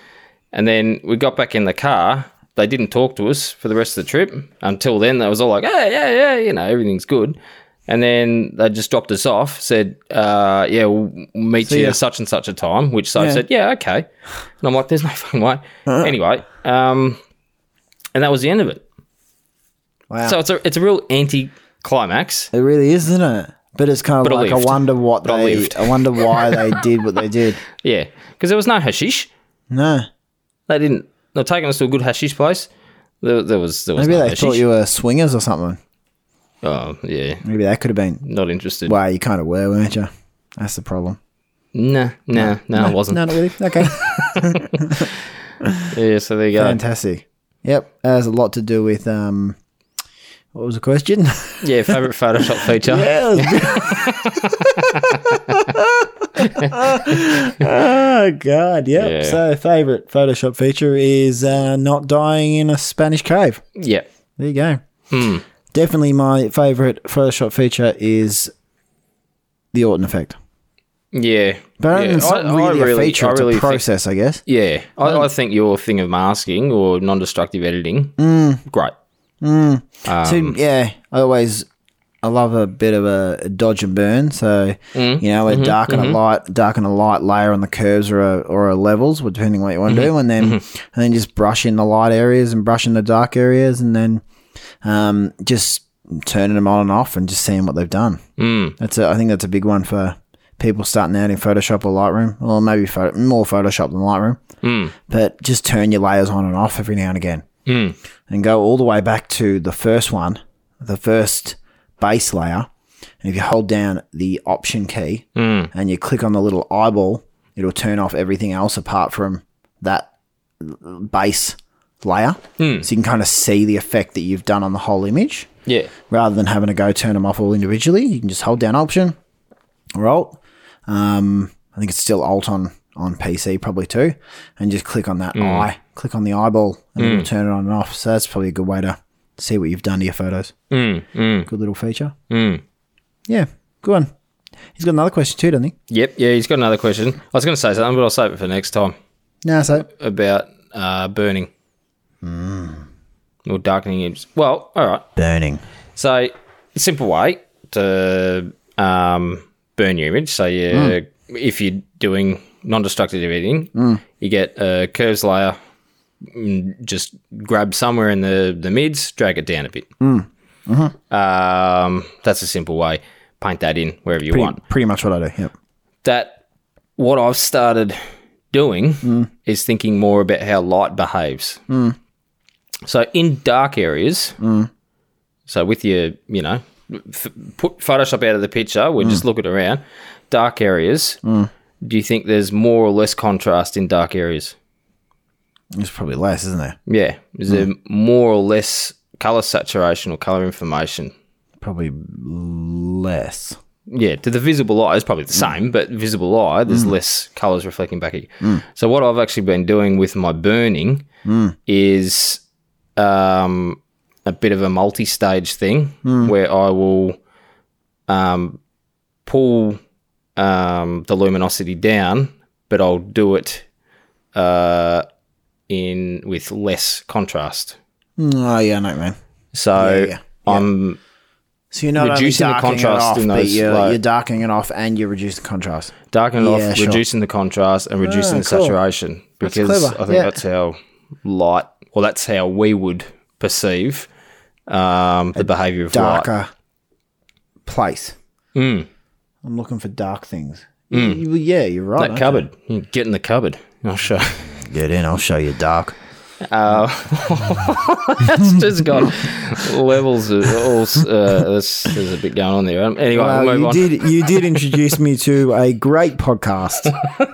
Speaker 1: And then we got back in the car. They didn't talk to us for the rest of the trip. Until then, they was all like, "Hey, yeah, yeah, you know, everything's good." And then they just dropped us off. Said, uh, "Yeah, we'll meet you
Speaker 2: ya.
Speaker 1: at such and such a time." Which so I
Speaker 2: Yeah.
Speaker 1: said, "Yeah, okay." And I'm like, "There's no fucking way." Anyway, um, and that was the end of it.
Speaker 2: Wow.
Speaker 1: So it's a it's a real anti climax.
Speaker 2: it really is, isn't it? But it's kind of
Speaker 1: I
Speaker 2: like I
Speaker 1: lived.
Speaker 2: wonder what
Speaker 1: I
Speaker 2: they.
Speaker 1: lived.
Speaker 2: I wonder why they did what they did.
Speaker 1: Yeah, because there was no hashish.
Speaker 2: No,
Speaker 1: They didn't. They were taking us to a good hashish place. There, there was there was
Speaker 2: maybe
Speaker 1: no
Speaker 2: they
Speaker 1: hashish.
Speaker 2: thought you were swingers or something.
Speaker 1: oh yeah,
Speaker 2: Maybe that could have been.
Speaker 1: not interested.
Speaker 2: Wow, you kind of were, weren't you? That's the problem.
Speaker 1: Nah, nah, no, it wasn't.
Speaker 2: No, not really. Okay,
Speaker 1: Yeah, so there you go.
Speaker 2: fantastic. Yep, that has a lot to do with um. What was the question?
Speaker 1: Yeah, favorite Photoshop feature.
Speaker 2: Yeah. oh god, yep.
Speaker 1: Yeah.
Speaker 2: So favorite Photoshop feature is uh, not dying in a Spanish cave.
Speaker 1: Yeah.
Speaker 2: There you go.
Speaker 1: Hmm.
Speaker 2: Definitely my favorite Photoshop feature is the Orton effect.
Speaker 1: Yeah.
Speaker 2: But
Speaker 1: yeah.
Speaker 2: it's not really, a feature,
Speaker 1: I
Speaker 2: it's
Speaker 1: really
Speaker 2: a process, I guess.
Speaker 1: Think, yeah. I, I think your thing of masking or non destructive editing,
Speaker 2: Mm.
Speaker 1: great.
Speaker 2: So yeah, I always I love a bit of a dodge and burn. So you know, a dark and a light, dark and a light layer on the curves or a, or a levels, well, depending what you want to do, and then and then just brush in the light areas and brush in the dark areas, and then um, just turning them on and off and just seeing what they've done. Mm. That's a, I think that's a big one for people starting out in Photoshop or Lightroom, or maybe photo, more Photoshop than Lightroom. But just turn your layers on and off every now and again and go all the way back to the first one, the first base layer. And if you hold down the option key and you click on the little eyeball, it'll turn off everything else apart from that base layer. So you can kind of see the effect that you've done on the whole image
Speaker 1: Yeah.
Speaker 2: rather than having to go turn them off all individually. You can just hold down option or alt. Um, I think it's still alt on, on PC probably too, and just click on that eye, click on the eyeball, and it'll turn it on and off. So that's probably a good way to see what you've done to your photos. Good little feature. Yeah, good one. He's got another question too, doesn't he?
Speaker 1: Yep. Yeah. He's got another question. I was going to say something, but I'll save it for next time
Speaker 2: No, so
Speaker 1: about uh, burning or darkening images. Well, all right.
Speaker 2: burning.
Speaker 1: So, simple way to um, burn your image. So, you, if you're doing non destructive editing, you get a curves layer, mm, just grab somewhere in the, the mids, drag it down a bit. Um, that's a simple way. Paint that in wherever you want.
Speaker 2: Pretty, pretty much what I do. Yep.
Speaker 1: That what I've started doing is thinking more about how light behaves. So in dark areas, so with your, you know, f- put Photoshop out of the picture, we're just looking around. Dark areas, do you think there's more or less contrast in dark areas?
Speaker 2: It's probably less, isn't there?
Speaker 1: Yeah. Is there more or less color saturation or color information?
Speaker 2: Probably less.
Speaker 1: yeah, to the visible eye, it's probably the
Speaker 2: Mm.
Speaker 1: same, but visible eye, there's less colours reflecting back at you.
Speaker 2: Mm.
Speaker 1: So what I've actually been doing with my burning is um, a bit of a multi-stage thing
Speaker 2: Mm.
Speaker 1: where I will um, pull um, the luminosity down, but I'll do it uh, in with less contrast.
Speaker 2: Oh yeah, I know, man.
Speaker 1: So
Speaker 2: Yeah, yeah, yeah.
Speaker 1: I'm
Speaker 2: So you're not
Speaker 1: Reducing the
Speaker 2: only darkening
Speaker 1: contrast
Speaker 2: it off,
Speaker 1: in
Speaker 2: but
Speaker 1: those,
Speaker 2: you're,
Speaker 1: like-
Speaker 2: you're darkening it off and you reduce the contrast.
Speaker 1: darkening it
Speaker 2: Yeah,
Speaker 1: off,
Speaker 2: sure.
Speaker 1: reducing the contrast, and reducing
Speaker 2: Ah,
Speaker 1: the
Speaker 2: cool.
Speaker 1: saturation because
Speaker 2: clever,
Speaker 1: I think
Speaker 2: yeah.
Speaker 1: that's how light, well, that's how we would perceive um, the behavior of
Speaker 2: Darker
Speaker 1: light.
Speaker 2: place.
Speaker 1: Mm,
Speaker 2: I'm looking for dark things.
Speaker 1: Hmm.
Speaker 2: You- yeah, you're right.
Speaker 1: that cupboard, you get in the cupboard. I'll show.
Speaker 2: Get in. I'll show you dark.
Speaker 1: Uh, that's just got levels of all. s- Uh, there's, there's a bit going on there. Um, anyway,
Speaker 2: Well,
Speaker 1: we'll move
Speaker 2: you
Speaker 1: on.
Speaker 2: did you did introduce me to a great podcast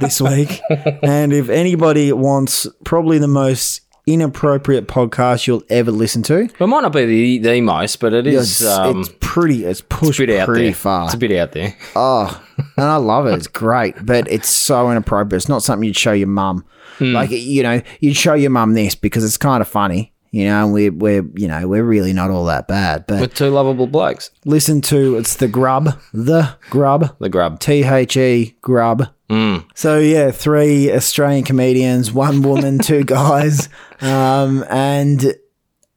Speaker 2: this week, and if anybody wants probably the most inappropriate podcast you'll ever listen to,
Speaker 1: It might not be the, the most, but it
Speaker 2: it's,
Speaker 1: is. Um,
Speaker 2: it's pretty it's pushed
Speaker 1: a bit out
Speaker 2: pretty
Speaker 1: there.
Speaker 2: far.
Speaker 1: It's a bit out there.
Speaker 2: Oh, and I love it. It's great, but it's so inappropriate. It's not something you'd show your mum. Like you know, you'd show your mum this because it's kind of funny. You know, and we're we're you know we're really not all that bad. But
Speaker 1: With two lovable blokes,
Speaker 2: listen to it's the grub, the grub,
Speaker 1: the grub.
Speaker 2: T H E grub. So yeah, three Australian comedians, one woman, two guys, um, and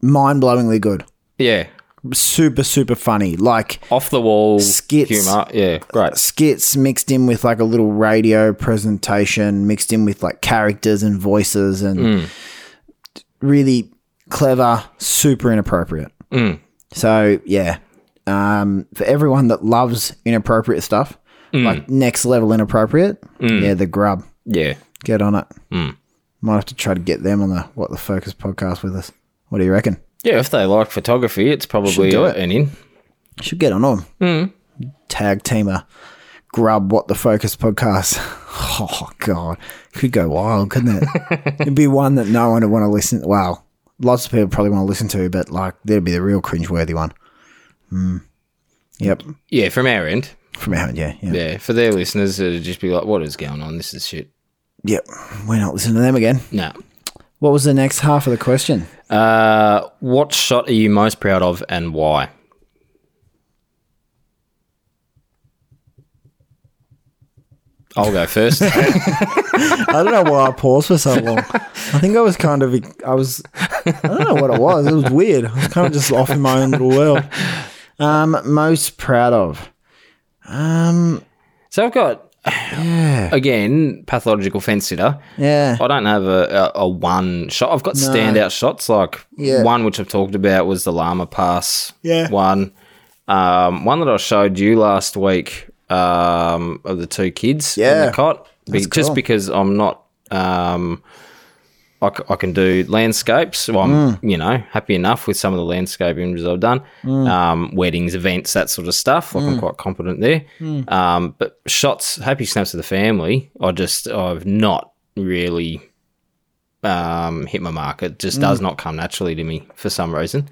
Speaker 2: mind-blowingly good.
Speaker 1: Yeah,
Speaker 2: Super super funny. Like
Speaker 1: off the wall
Speaker 2: Skits.
Speaker 1: humor. Yeah, great.
Speaker 2: skits mixed in with like a little radio presentation, mixed in with like characters and voices, and really clever, super inappropriate. So yeah, um, for everyone that loves inappropriate stuff, like next level inappropriate, yeah, the grub,
Speaker 1: Yeah,
Speaker 2: get on it. Might have to try to get them on the What the Focus podcast with us. What do you reckon?
Speaker 1: yeah. If they like photography, it's probably
Speaker 2: do
Speaker 1: uh,
Speaker 2: it.
Speaker 1: an in.
Speaker 2: Should get on them. Tag teamer. Grub what the focus podcast. Oh god, could go wild, couldn't it? It'd be one that no one would want to listen. Wow, lots of people probably want to listen to, but like, that'd be the real cringeworthy one. Hmm. Yep.
Speaker 1: Yeah, from our end.
Speaker 2: From out, yeah, yeah,
Speaker 1: Yeah, for their listeners, it'd just be like, "What is going on? This is shit."
Speaker 2: yep. We're not listening to them again.
Speaker 1: No.
Speaker 2: What was the next half of the question?
Speaker 1: Uh, what shot are you most proud of, and why? I'll go first.
Speaker 2: I don't know why I paused for so long. I think I was kind of, I was, I don't know what it was. It was weird. I was kind of just off in my own little world. Um, most proud of. Um,
Speaker 1: so I've got again pathological fence sitter.
Speaker 2: yeah.
Speaker 1: I don't have a, a, a one shot. I've got standout shots like
Speaker 2: Yeah.
Speaker 1: one which I've talked about was the llama pass.
Speaker 2: Yeah.
Speaker 1: One, um, one that I showed you last week um, of the two kids. in
Speaker 2: Yeah.
Speaker 1: the cot. Be-
Speaker 2: cool.
Speaker 1: Just because I'm not, um, I, c- I can do landscapes. Well, I'm
Speaker 2: Mm.
Speaker 1: you know happy enough with some of the landscape images I've done.
Speaker 2: Mm.
Speaker 1: Um, weddings, events, that sort of stuff. Like I'm quite competent there.
Speaker 2: Mm.
Speaker 1: Um, but shots, happy snaps of the family. I just I've not really um, hit my mark. It
Speaker 2: Mm.
Speaker 1: just does not come naturally to me for some reason.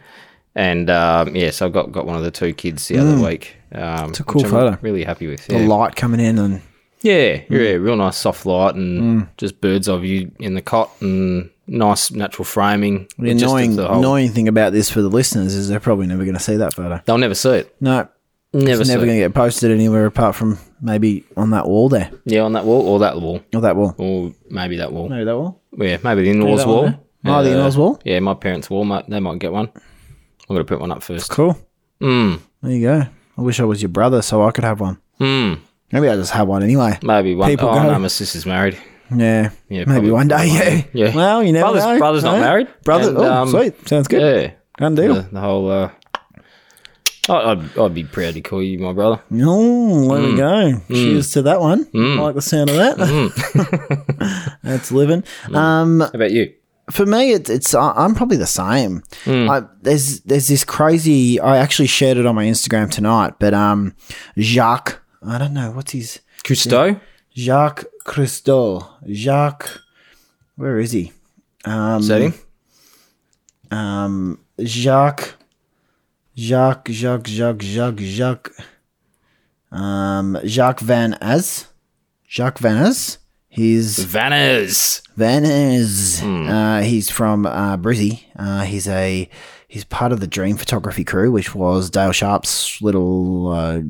Speaker 1: And um, yeah, so I've got, got one of the two kids the other week. Um, it's a
Speaker 2: Mm. cool photo.
Speaker 1: Really happy with
Speaker 2: The Mm.
Speaker 1: yeah.
Speaker 2: light coming in and
Speaker 1: Yeah, yeah, real nice soft light
Speaker 2: Mm.
Speaker 1: and just bird's eye view in the cot and nice natural framing.
Speaker 2: the
Speaker 1: It just
Speaker 2: annoying,
Speaker 1: is the whole-
Speaker 2: annoying thing about this for the listeners is they're probably never going to see that photo.
Speaker 1: They'll never see it.
Speaker 2: No,
Speaker 1: Never
Speaker 2: it's
Speaker 1: see
Speaker 2: never
Speaker 1: it.
Speaker 2: going to get posted anywhere apart from maybe on that wall there
Speaker 1: Yeah, on that wall or that wall
Speaker 2: or that wall.
Speaker 1: or maybe that wall.
Speaker 2: Maybe that wall.
Speaker 1: Yeah, maybe the in-laws
Speaker 2: that one
Speaker 1: wall. Uh,
Speaker 2: there. Oh, the in-laws wall?
Speaker 1: Yeah, my parents' wall. Might, they might get one. I'm gonna put one up first.
Speaker 2: Cool.
Speaker 1: Hmm.
Speaker 2: There you go. I wish I was your brother so I could have one. Maybe I just have one anyway.
Speaker 1: Hmm, Maybe one.
Speaker 2: People
Speaker 1: oh
Speaker 2: go-
Speaker 1: no, my sister's married.
Speaker 2: Yeah.
Speaker 1: Yeah,
Speaker 2: Maybe
Speaker 1: probably
Speaker 2: one day. Yeah.
Speaker 1: Yeah.
Speaker 2: Well, you never
Speaker 1: Brother's-
Speaker 2: know.
Speaker 1: brother's not
Speaker 2: eh?
Speaker 1: married,
Speaker 2: Brother.
Speaker 1: and,
Speaker 2: oh,
Speaker 1: um,
Speaker 2: sweet. Sounds good.
Speaker 1: Yeah,
Speaker 2: Done deal.
Speaker 1: the, the whole. Uh, I- I'd, I'd be proud to call you my brother.
Speaker 2: Oh, there
Speaker 1: Mm.
Speaker 2: we go. Cheers to that one. I like the sound of that.
Speaker 1: Mm.
Speaker 2: That's living. Um,
Speaker 1: How about you?
Speaker 2: for me, it's it's I- I'm probably the same.
Speaker 1: Mm.
Speaker 2: I, there's there's this crazy. I actually shared it on my Instagram tonight, but um, Jacques. I don't know what's his.
Speaker 1: Cousteau?
Speaker 2: Jacques Cousteau. Jacques, where is he? Um,
Speaker 1: Is that him?
Speaker 2: um, Jacques, Jacques, Jacques, Jacques, Jacques, Jacques, um, Jacques Van Az, Jacques Van Az. He's
Speaker 1: Vanners.
Speaker 2: Van Az.
Speaker 1: Hmm.
Speaker 2: Uh, he's from uh, Brizzy. Uh, he's a he's part of the Dream Photography crew, which was Dale Sharp's little uh,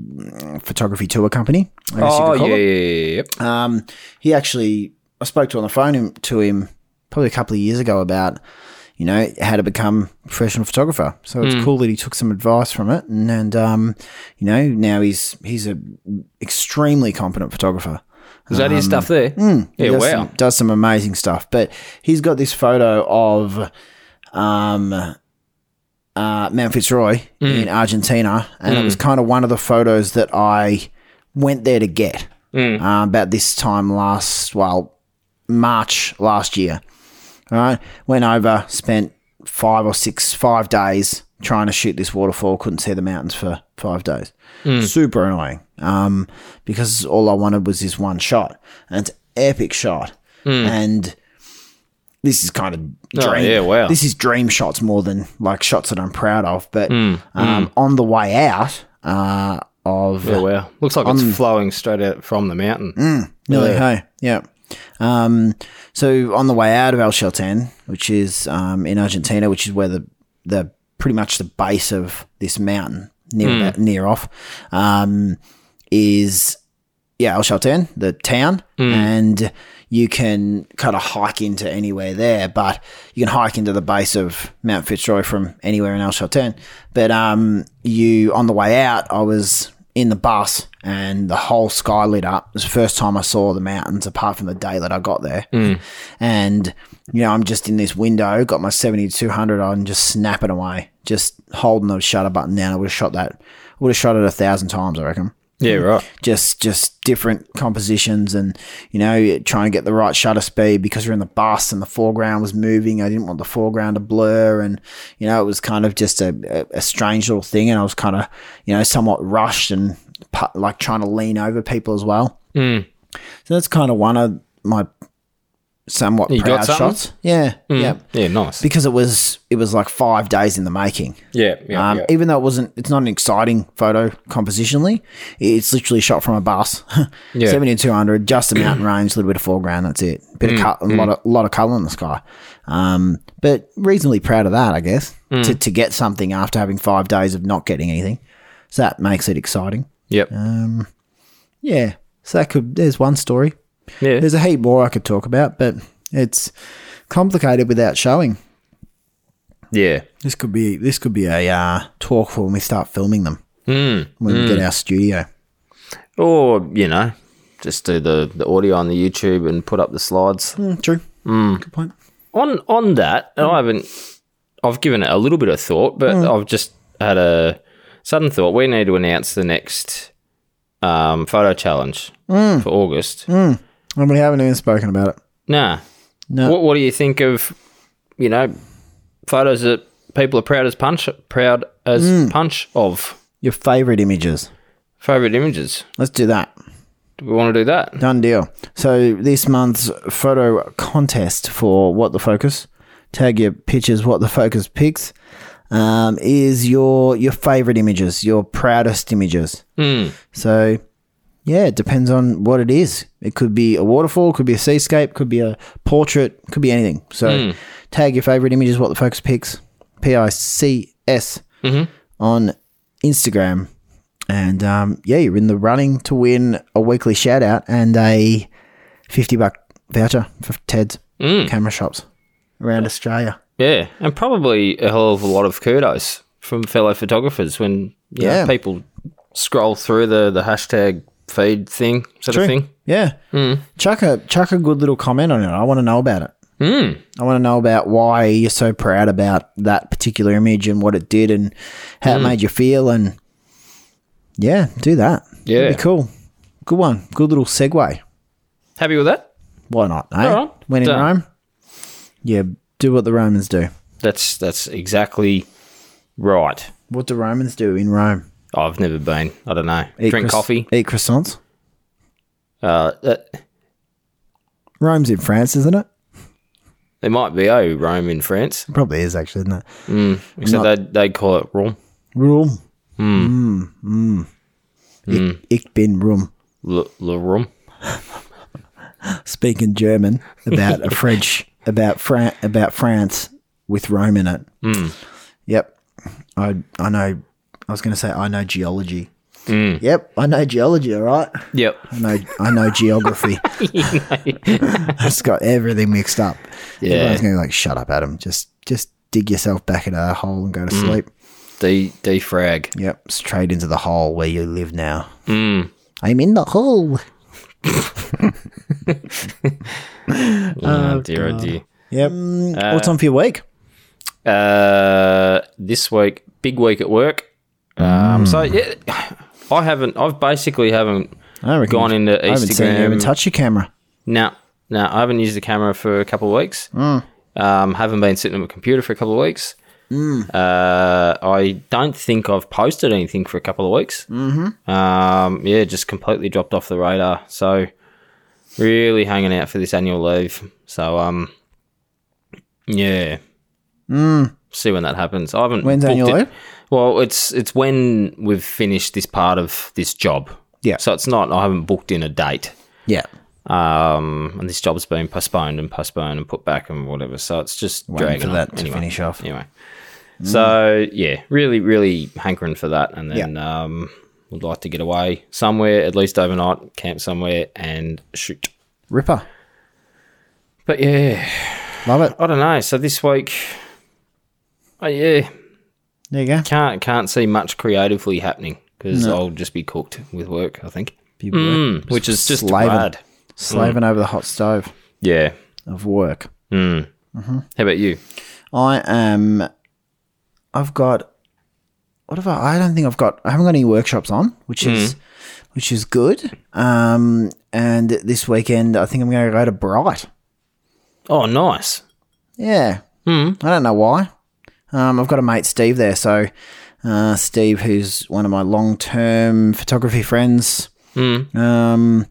Speaker 2: photography tour company. I guess you
Speaker 1: Oh
Speaker 2: could call
Speaker 1: yeah,
Speaker 2: it.
Speaker 1: yeah, yeah, yeah.
Speaker 2: Um, he actually, I spoke to on the phone him, to him probably a couple of years ago about, you know, how to become a professional photographer. So it's cool that he took some advice from it, and, and um, you know, now he's he's a extremely competent photographer.
Speaker 1: Is that
Speaker 2: Um,
Speaker 1: his stuff there?
Speaker 2: He
Speaker 1: yeah,
Speaker 2: does
Speaker 1: wow.
Speaker 2: some, does some amazing stuff. But he's got this photo of um, uh, Mount Fitzroy
Speaker 1: Mm.
Speaker 2: in Argentina, and it was kind of one of the photos that I went there to get
Speaker 1: Mm.
Speaker 2: uh, about this time last, well, March last year. All right. Went over, spent five or six, five days trying to shoot this waterfall. Couldn't see the mountains for five days.
Speaker 1: Hmm.
Speaker 2: Super annoying. Um, because all I wanted was this one shot, and it's epic shot. And this is kind of
Speaker 1: Hmm. Oh,
Speaker 2: dream.
Speaker 1: yeah, wow.
Speaker 2: This is dream shots more than like shots that I'm proud of. But
Speaker 1: Hmm.
Speaker 2: um, on the way out uh, of
Speaker 1: Oh, wow. Looks like it's flowing straight out from the mountain.
Speaker 2: Mm. Nearly hey, yeah. Um, so on the way out of El Chaltén, which is um, in Argentina, which is where the the pretty much the base of this mountain near about- near off um, is yeah El Chaltén, the town, and you can kind of hike into anywhere there, but you can hike into the base of Mount Fitzroy from anywhere in El Chaltén. But um, you on the way out, I was in the bus and the whole sky lit up. It was the first time I saw the mountains apart from the day that I got there. And, you know, I'm just in this window, got my 7200 on, just snapping away, just holding the shutter button down. I would have shot that, I would have shot it a thousand times, I reckon
Speaker 1: Yeah, right.
Speaker 2: just just different compositions and you know trying to get the right shutter speed because we're in the bus and the foreground was moving i didn't want the foreground to blur and you know it was kind of just a, a, a strange little thing and i was kind of you know somewhat rushed and pu- like trying to lean over people as well
Speaker 1: Mm.
Speaker 2: so that's kind of one of my somewhat
Speaker 1: You
Speaker 2: proud
Speaker 1: got something? Mm.
Speaker 2: shots yeah yeah
Speaker 1: Yeah, nice.
Speaker 2: because it was it was like five days in the making
Speaker 1: Yeah, yeah,
Speaker 2: um,
Speaker 1: yeah.
Speaker 2: Even though it wasn't, it's not an exciting photo compositionally. It's literally shot from a bus,
Speaker 1: Yeah.
Speaker 2: seventy two hundred, just the mountain range, a little bit of foreground. That's it. Bit
Speaker 1: Mm,
Speaker 2: of cut, a lot of lot of color in the sky. Um, but reasonably proud of that, I guess,
Speaker 1: Mm.
Speaker 2: to to get something after having five days of not getting anything. So that makes it exciting. Um,
Speaker 1: Yep.
Speaker 2: Yeah. So that could there's one story.
Speaker 1: yeah.
Speaker 2: There's a heap more I could talk about, but it's complicated without showing.
Speaker 1: Yeah.
Speaker 2: This could be this could be a uh, talk for when we start filming them. Mm. When we get our studio.
Speaker 1: Or, you know, just do the, the audio on the YouTube and put up the slides.
Speaker 2: Hmm, true. Good point.
Speaker 1: On on that, and I haven't I've given it a little bit of thought, but I've just had a sudden thought. We need to announce the next um, photo challenge for August.
Speaker 2: And we haven't even spoken about it.
Speaker 1: Nah.
Speaker 2: No.
Speaker 1: What what do you think of you know photos that people are proud as punch proud as punch of?
Speaker 2: Your favorite images.
Speaker 1: Favorite images.
Speaker 2: Let's do that.
Speaker 1: Do we want to do that?
Speaker 2: Done deal. So this month's photo contest for What the Focus, tag your pictures. What the Focus picks um, is your your favorite images, your proudest images. So yeah, it depends on what it is. It could be a waterfall, it could be a seascape, could be a portrait, could be anything. So tag your favorite images. What the Focus picks, P I C S, on Instagram. And um, yeah, you're in the running to win a weekly shout out and a 50 buck voucher for Ted's
Speaker 1: Mm.
Speaker 2: camera shops around Australia.
Speaker 1: Yeah, and probably a hell of a lot of kudos from fellow photographers when you know,
Speaker 2: Yeah.
Speaker 1: people scroll through the, the hashtag feed thing sort of thing. Mm.
Speaker 2: Yeah. Chuck, a, chuck a good little comment on it. I want to know about it.
Speaker 1: Mm.
Speaker 2: I want to know about why you're so proud about that particular image and what it did and how
Speaker 1: Mm.
Speaker 2: it made you feel. And yeah, do that.
Speaker 1: Yeah.
Speaker 2: That'd be cool. Good one. Good little segue.
Speaker 1: Happy with that?
Speaker 2: Why not? Eh?
Speaker 1: All right.
Speaker 2: When in
Speaker 1: Done.
Speaker 2: Rome, yeah, do what the Romans do.
Speaker 1: That's that's exactly right.
Speaker 2: What do Romans do in Rome?
Speaker 1: I've never been. I don't know.
Speaker 2: Eat
Speaker 1: Drink
Speaker 2: croiss-
Speaker 1: coffee.
Speaker 2: Eat croissants.
Speaker 1: Uh, that,
Speaker 2: Rome's in France, isn't it?
Speaker 1: there might be oh Rome in France,
Speaker 2: It probably is actually, isn't it?
Speaker 1: except they they call it Rome.
Speaker 2: Room.
Speaker 1: Hmm.
Speaker 2: Hmm, Mm. Mm. Ich, ich bin Rum.
Speaker 1: Le, Le Rome.
Speaker 2: Speaking German about a French about Fran- about France with Rome in it.
Speaker 1: Hmm.
Speaker 2: Yep. I I know I was gonna say I know geology.
Speaker 1: Hmm.
Speaker 2: Yep, I know geology, all right.
Speaker 1: Yep.
Speaker 2: I know I know geography. I just got everything mixed up.
Speaker 1: Yeah.
Speaker 2: Everyone's gonna be like, shut up, Adam. Just just dig yourself back into a hole and go
Speaker 1: Mm.
Speaker 2: to sleep.
Speaker 1: De defrag.
Speaker 2: Yep, straight into the hole where you live now.
Speaker 1: Mm.
Speaker 2: I'm in the hole.
Speaker 1: Oh, dear, oh dear.
Speaker 2: Yep. Mm, What's on for your week?
Speaker 1: Uh, this week, big week at work. Um, so yeah, I haven't. I've basically haven't
Speaker 2: Mm. I reckon
Speaker 1: gone into
Speaker 2: I haven't seen you even
Speaker 1: Instagram.
Speaker 2: touch your camera. Mm.
Speaker 1: No, no, I haven't used the camera for a couple of weeks. Um, haven't been sitting at my computer for a couple of weeks.
Speaker 2: Mm.
Speaker 1: Uh, I don't think I've posted anything for a couple of weeks. Mm-hmm. Um, yeah, just completely dropped off the radar. So really hanging out for this annual leave. So um, yeah. See when that happens. I haven't.
Speaker 2: Mm. When's
Speaker 1: booked
Speaker 2: annual
Speaker 1: it-
Speaker 2: leave?
Speaker 1: Well, it's it's when we've finished this part of this job.
Speaker 2: Yeah.
Speaker 1: So it's not. I haven't booked in a date.
Speaker 2: Yeah.
Speaker 1: Um, and this job's been postponed and postponed and put back and whatever. So it's just dragging
Speaker 3: for
Speaker 1: on.
Speaker 3: that to
Speaker 1: Anyway.
Speaker 3: finish off.
Speaker 1: Anyway, so yeah, really, really hankering for that, and then um, would like to get away somewhere at least overnight, camp somewhere, and shoot.
Speaker 2: Ripper.
Speaker 1: But yeah,
Speaker 2: Love it.
Speaker 1: I don't know. So this week, oh yeah,
Speaker 2: There you go.
Speaker 1: can't can't see much creatively happening because I'll just be cooked with work. I think,
Speaker 3: Be
Speaker 1: Mm, which is just
Speaker 2: Slaving.
Speaker 1: bad.
Speaker 2: Slaving over the hot stove
Speaker 1: Yeah.
Speaker 2: of work.
Speaker 1: How about you?
Speaker 2: I am. I've got. What have I? I don't think I've got. I haven't got any workshops on, which is, which is good. Um, and this weekend I think I'm going to go to Bright.
Speaker 1: Oh, nice.
Speaker 2: Yeah. Mm. I don't know why. Um, I've got a mate, Steve, there. So, uh, Steve, who's one of my long term photography friends. Um,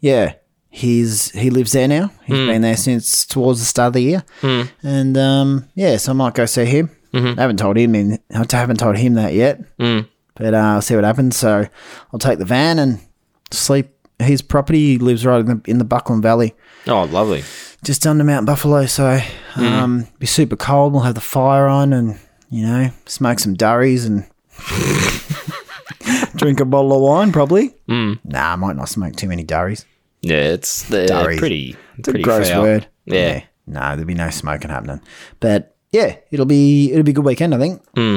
Speaker 2: yeah. He's he lives there now. He's been there since towards the start of the year, and um, yeah, so I might go see him. I haven't told him, in- I haven't told him that yet, but uh, I'll see what happens. So I'll take the van and sleep. His property he lives right in the in the Buckland Valley,
Speaker 1: Oh, lovely.
Speaker 2: just down to Mount Buffalo, so
Speaker 1: Hmm.
Speaker 2: um, be super cold. We'll have the fire on, and you know, smoke some durries and drink a bottle of wine, probably.
Speaker 1: Hmm.
Speaker 2: Mm. Nah, I might not smoke too many durries.
Speaker 1: Yeah, it's they're
Speaker 2: Durry.
Speaker 1: pretty.
Speaker 2: It's a gross
Speaker 1: foul.
Speaker 2: word.
Speaker 1: Yeah.
Speaker 2: No, there'll be no smoking happening. But yeah, it'll be it'll be a good weekend, I think.
Speaker 1: Hmm.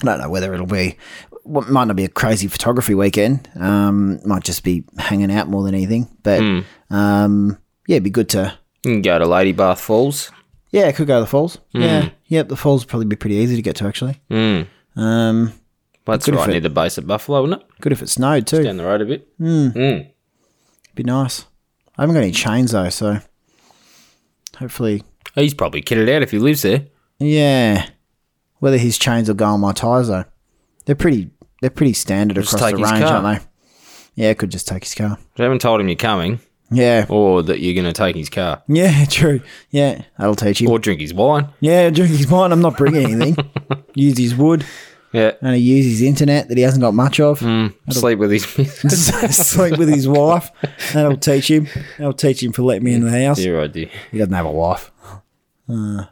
Speaker 2: I don't know whether it'll be. Well, it might not be a crazy photography weekend. Um, might just be hanging out more than anything. But
Speaker 1: Hmm.
Speaker 2: um, yeah, it'd be good to
Speaker 1: You can go to Lady Bath Falls.
Speaker 2: Yeah, it could go to the falls.
Speaker 1: Hmm.
Speaker 2: Yeah, yep, the falls would probably be pretty easy to get to actually. Um,
Speaker 1: That's
Speaker 2: Good
Speaker 1: right
Speaker 2: fit.
Speaker 1: near the base of Buffalo, isn't it?
Speaker 2: good if it snowed too.
Speaker 1: Down the road a bit.
Speaker 2: Hmm.
Speaker 1: Hmm.
Speaker 2: Be nice. I haven't got any chains though, so hopefully,
Speaker 1: He's probably kitted out if he lives there.
Speaker 2: yeah. Whether his chains will go on my tires though, they're pretty. They're pretty standard across the
Speaker 1: take his
Speaker 2: range,
Speaker 1: car.
Speaker 2: aren't they? Yeah, could just take his car.
Speaker 1: They haven't told him you're coming
Speaker 2: Yeah,
Speaker 1: or that you're going to take his car
Speaker 2: yeah, true. Yeah, that'll teach him.
Speaker 1: or drink his wine.
Speaker 2: Yeah, drink his wine. I'm not bringing anything. use his wood.
Speaker 1: Yeah.
Speaker 2: Only use his internet that he hasn't got much of.
Speaker 1: Hmm. Sleep with his.
Speaker 2: sleep with his wife. That'll teach him. That'll teach him for letting me in the house.
Speaker 1: Dear idea.
Speaker 2: He doesn't have a wife. Uh,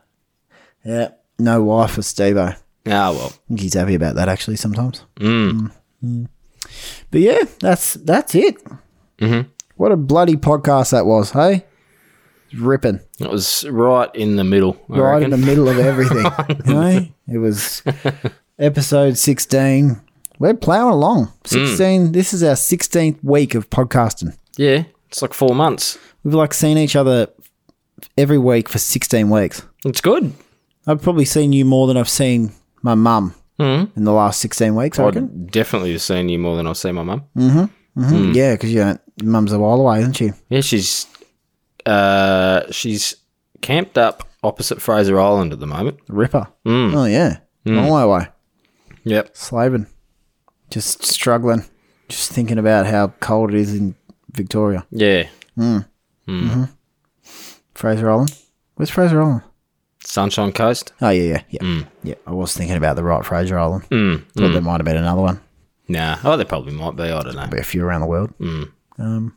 Speaker 2: yeah, no wife for Stevo. I
Speaker 1: Ah, well.
Speaker 2: think he's happy about that actually sometimes. Mm, mm. But yeah, that's that's it. Mm-hmm. What a bloody podcast that was, hey? Ripping
Speaker 1: It was right in the middle. I
Speaker 2: right in
Speaker 1: reckon.
Speaker 2: the middle of everything. you know, it was episode sixteen. We're plowing along. Sixteen. This is our sixteenth week of podcasting.
Speaker 1: yeah. It's like four months.
Speaker 2: We've like seen each other every week for 16 weeks.
Speaker 1: It's good.
Speaker 2: I've probably seen you more than I've seen my mum in the last 16 weeks, I reckon.
Speaker 1: I'd definitely have seen you more than I've seen my mum.
Speaker 2: Mhm. Yeah, because you know, mum's a while away, isn't she?
Speaker 1: Yeah, she's uh, she's camped up opposite Fraser Island at the moment.
Speaker 2: Ripper. Oh, yeah. Long way away.
Speaker 1: Yep.
Speaker 2: Slaving. Just struggling. Just thinking about how cold it is in Victoria.
Speaker 1: Yeah.
Speaker 2: Fraser Island? Where's Fraser Island?
Speaker 1: Sunshine Coast.
Speaker 2: Oh, yeah, yeah, yeah. Yeah, I was thinking about the right Fraser Island. Mm. Thought there might have been another one.
Speaker 1: Hmm. Nah. Oh, there probably might be. I don't know.
Speaker 2: be a few around the world. Um,
Speaker 1: Mm.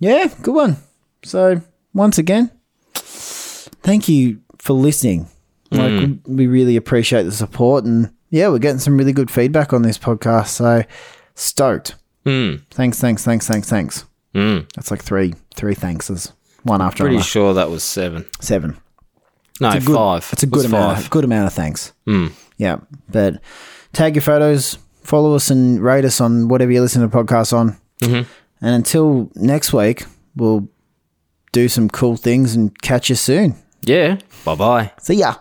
Speaker 2: yeah, good one. So once again, thank you for listening. Like
Speaker 1: Mm.
Speaker 2: we really appreciate the support, and yeah, we're getting some really good feedback on this podcast. So stoked.
Speaker 1: Mm.
Speaker 2: Thanks, thanks, thanks, thanks, thanks.
Speaker 1: Mm.
Speaker 2: That's like three, three thankses. One after
Speaker 1: Pretty
Speaker 2: another.
Speaker 1: sure that was seven.
Speaker 2: Seven.
Speaker 1: No,
Speaker 2: Good-
Speaker 1: five.
Speaker 2: It's a
Speaker 1: It
Speaker 2: good
Speaker 1: was
Speaker 2: amount.
Speaker 1: five. Hmm.
Speaker 2: Good amount of thanks. Yeah, but tag your photos, follow us, and rate us on whatever you listen to podcasts on.
Speaker 1: Mm-hmm.
Speaker 2: And until next week, we'll do some cool things and catch you soon.
Speaker 1: Yeah. Bye bye.
Speaker 2: See ya.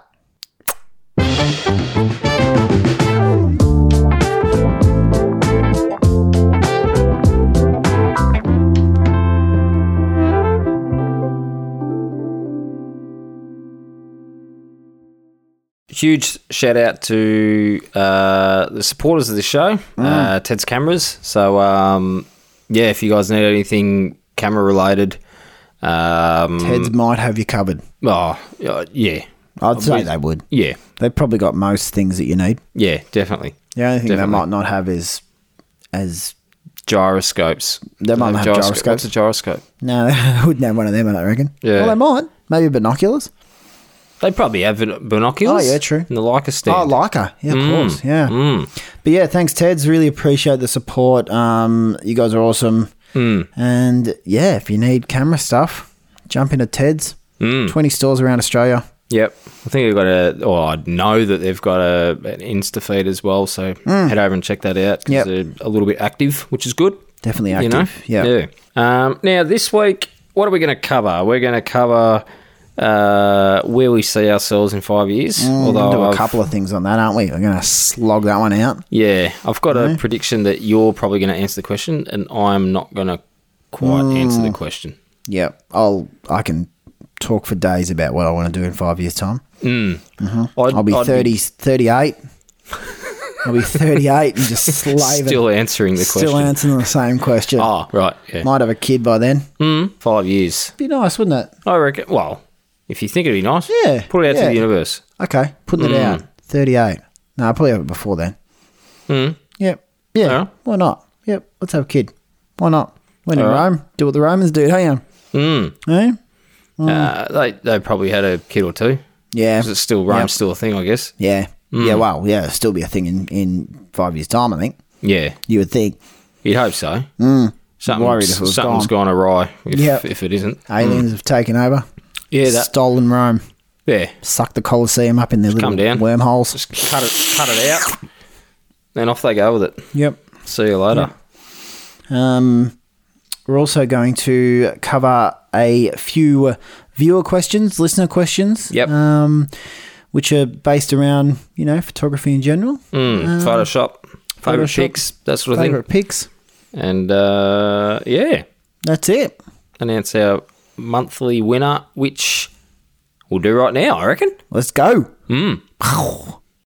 Speaker 1: huge shout out to uh, the supporters of the show,
Speaker 2: Mm.
Speaker 1: uh, Ted's Cameras. So, um, yeah, if you guys need anything camera related, um,
Speaker 2: Heads might have you covered.
Speaker 1: oh, uh, yeah,
Speaker 2: I'd say they would.
Speaker 1: yeah,
Speaker 2: They've probably got most things that you need.
Speaker 1: yeah, definitely.
Speaker 2: The only thing
Speaker 1: Definitely.
Speaker 2: they might not have is as
Speaker 1: Gyroscopes.
Speaker 2: They might
Speaker 1: Do
Speaker 2: have
Speaker 1: gyrosco-
Speaker 2: gyroscopes.
Speaker 1: What's a gyroscope?
Speaker 2: no, they wouldn't have one of them. I don't reckon.
Speaker 1: Yeah.
Speaker 2: Well, they might. Maybe binoculars.
Speaker 1: They probably have bin- binoculars.
Speaker 2: Oh, yeah, true.
Speaker 1: And the Leica stand.
Speaker 2: Oh, Leica. Yeah, of
Speaker 1: Mm.
Speaker 2: course. Yeah. But yeah, thanks, Teds. Really appreciate the support. Um, you guys are awesome.
Speaker 1: Mm.
Speaker 2: And yeah, if you need camera stuff, jump into Teds.
Speaker 1: Mm.
Speaker 2: 20 stores around Australia.
Speaker 1: Yep. I think they've got a, or I know that they've got a, an Insta feed as well. So head over and check that out 'cause
Speaker 2: Hmm. Yep.
Speaker 1: they're a little bit active, which is good.
Speaker 2: Definitely
Speaker 1: You
Speaker 2: active.
Speaker 1: know?
Speaker 2: Yeah.
Speaker 1: Yeah. Um, now, this week, what are we going to cover? We're going to cover uh, where we see ourselves in five years.
Speaker 2: We're
Speaker 1: although
Speaker 2: gonna Hmm, do a
Speaker 1: I've-
Speaker 2: couple of things on that, aren't we? We're going to slog that one out.
Speaker 1: Yeah. I've got a prediction that you're probably going to answer the question, and I'm not going to quite answer
Speaker 2: Mm.
Speaker 1: the question.
Speaker 2: Yeah. I'll, I can talk for days about what I want to do in five years' time.
Speaker 1: I'd,
Speaker 2: I'll be
Speaker 1: I'd
Speaker 2: 30, 38. I'll be 38 and just slaving.
Speaker 1: still answering the
Speaker 2: still
Speaker 1: question.
Speaker 2: answering the same question.
Speaker 1: Ah, right. Yeah.
Speaker 2: Might have a kid by then.
Speaker 1: Mm, five years.
Speaker 2: Be nice, wouldn't it?
Speaker 1: I reckon. Well, if you think it'd be nice,
Speaker 2: Yeah,
Speaker 1: put it out to
Speaker 2: yeah.
Speaker 1: the universe.
Speaker 2: Okay, putting
Speaker 1: Hmm.
Speaker 2: it out. 38. No, I'll probably have it before then.
Speaker 1: Mm.
Speaker 2: Yep. Yeah.
Speaker 1: Yeah.
Speaker 2: Why not? Yep. Let's have a kid. Why not? When in
Speaker 1: All right.
Speaker 2: Rome, do what the Romans do, hey? um,
Speaker 1: Mm.
Speaker 2: eh?
Speaker 1: Uh, they they probably had a kid or two.
Speaker 2: Yeah.
Speaker 1: Is it still Rome's
Speaker 2: Yep.
Speaker 1: still a thing? I guess.
Speaker 2: Yeah.
Speaker 1: Hmm.
Speaker 2: Yeah, well, yeah, it'll still be a thing in, in five years' time, I think.
Speaker 1: Yeah,
Speaker 2: You would think.
Speaker 1: you'd hope so. Something,
Speaker 2: Hmm. Worried if it was
Speaker 1: something's gone awry. If,
Speaker 2: Yep.
Speaker 1: if it isn't.
Speaker 2: Aliens have taken over,
Speaker 1: Yeah, Hmm. that.
Speaker 2: stolen Rome,
Speaker 1: Yeah,
Speaker 2: sucked the Colosseum up in their little
Speaker 1: come down.
Speaker 2: wormholes.
Speaker 1: just cut it, cut it out, and off they go with it.
Speaker 2: yep.
Speaker 1: See you later.
Speaker 2: Um, we're also going to cover a few viewer questions, listener questions.
Speaker 1: Yep.
Speaker 2: Um, which are based around you know photography in general,
Speaker 1: Mm, Photoshop, favorite
Speaker 2: Ah. Photoshop,
Speaker 1: pics, that sort of
Speaker 2: favorite pics.
Speaker 1: thing, and uh, yeah,
Speaker 2: That's it.
Speaker 1: announce our monthly winner, which we'll do right now. I reckon.
Speaker 2: Let's go.
Speaker 1: Mm.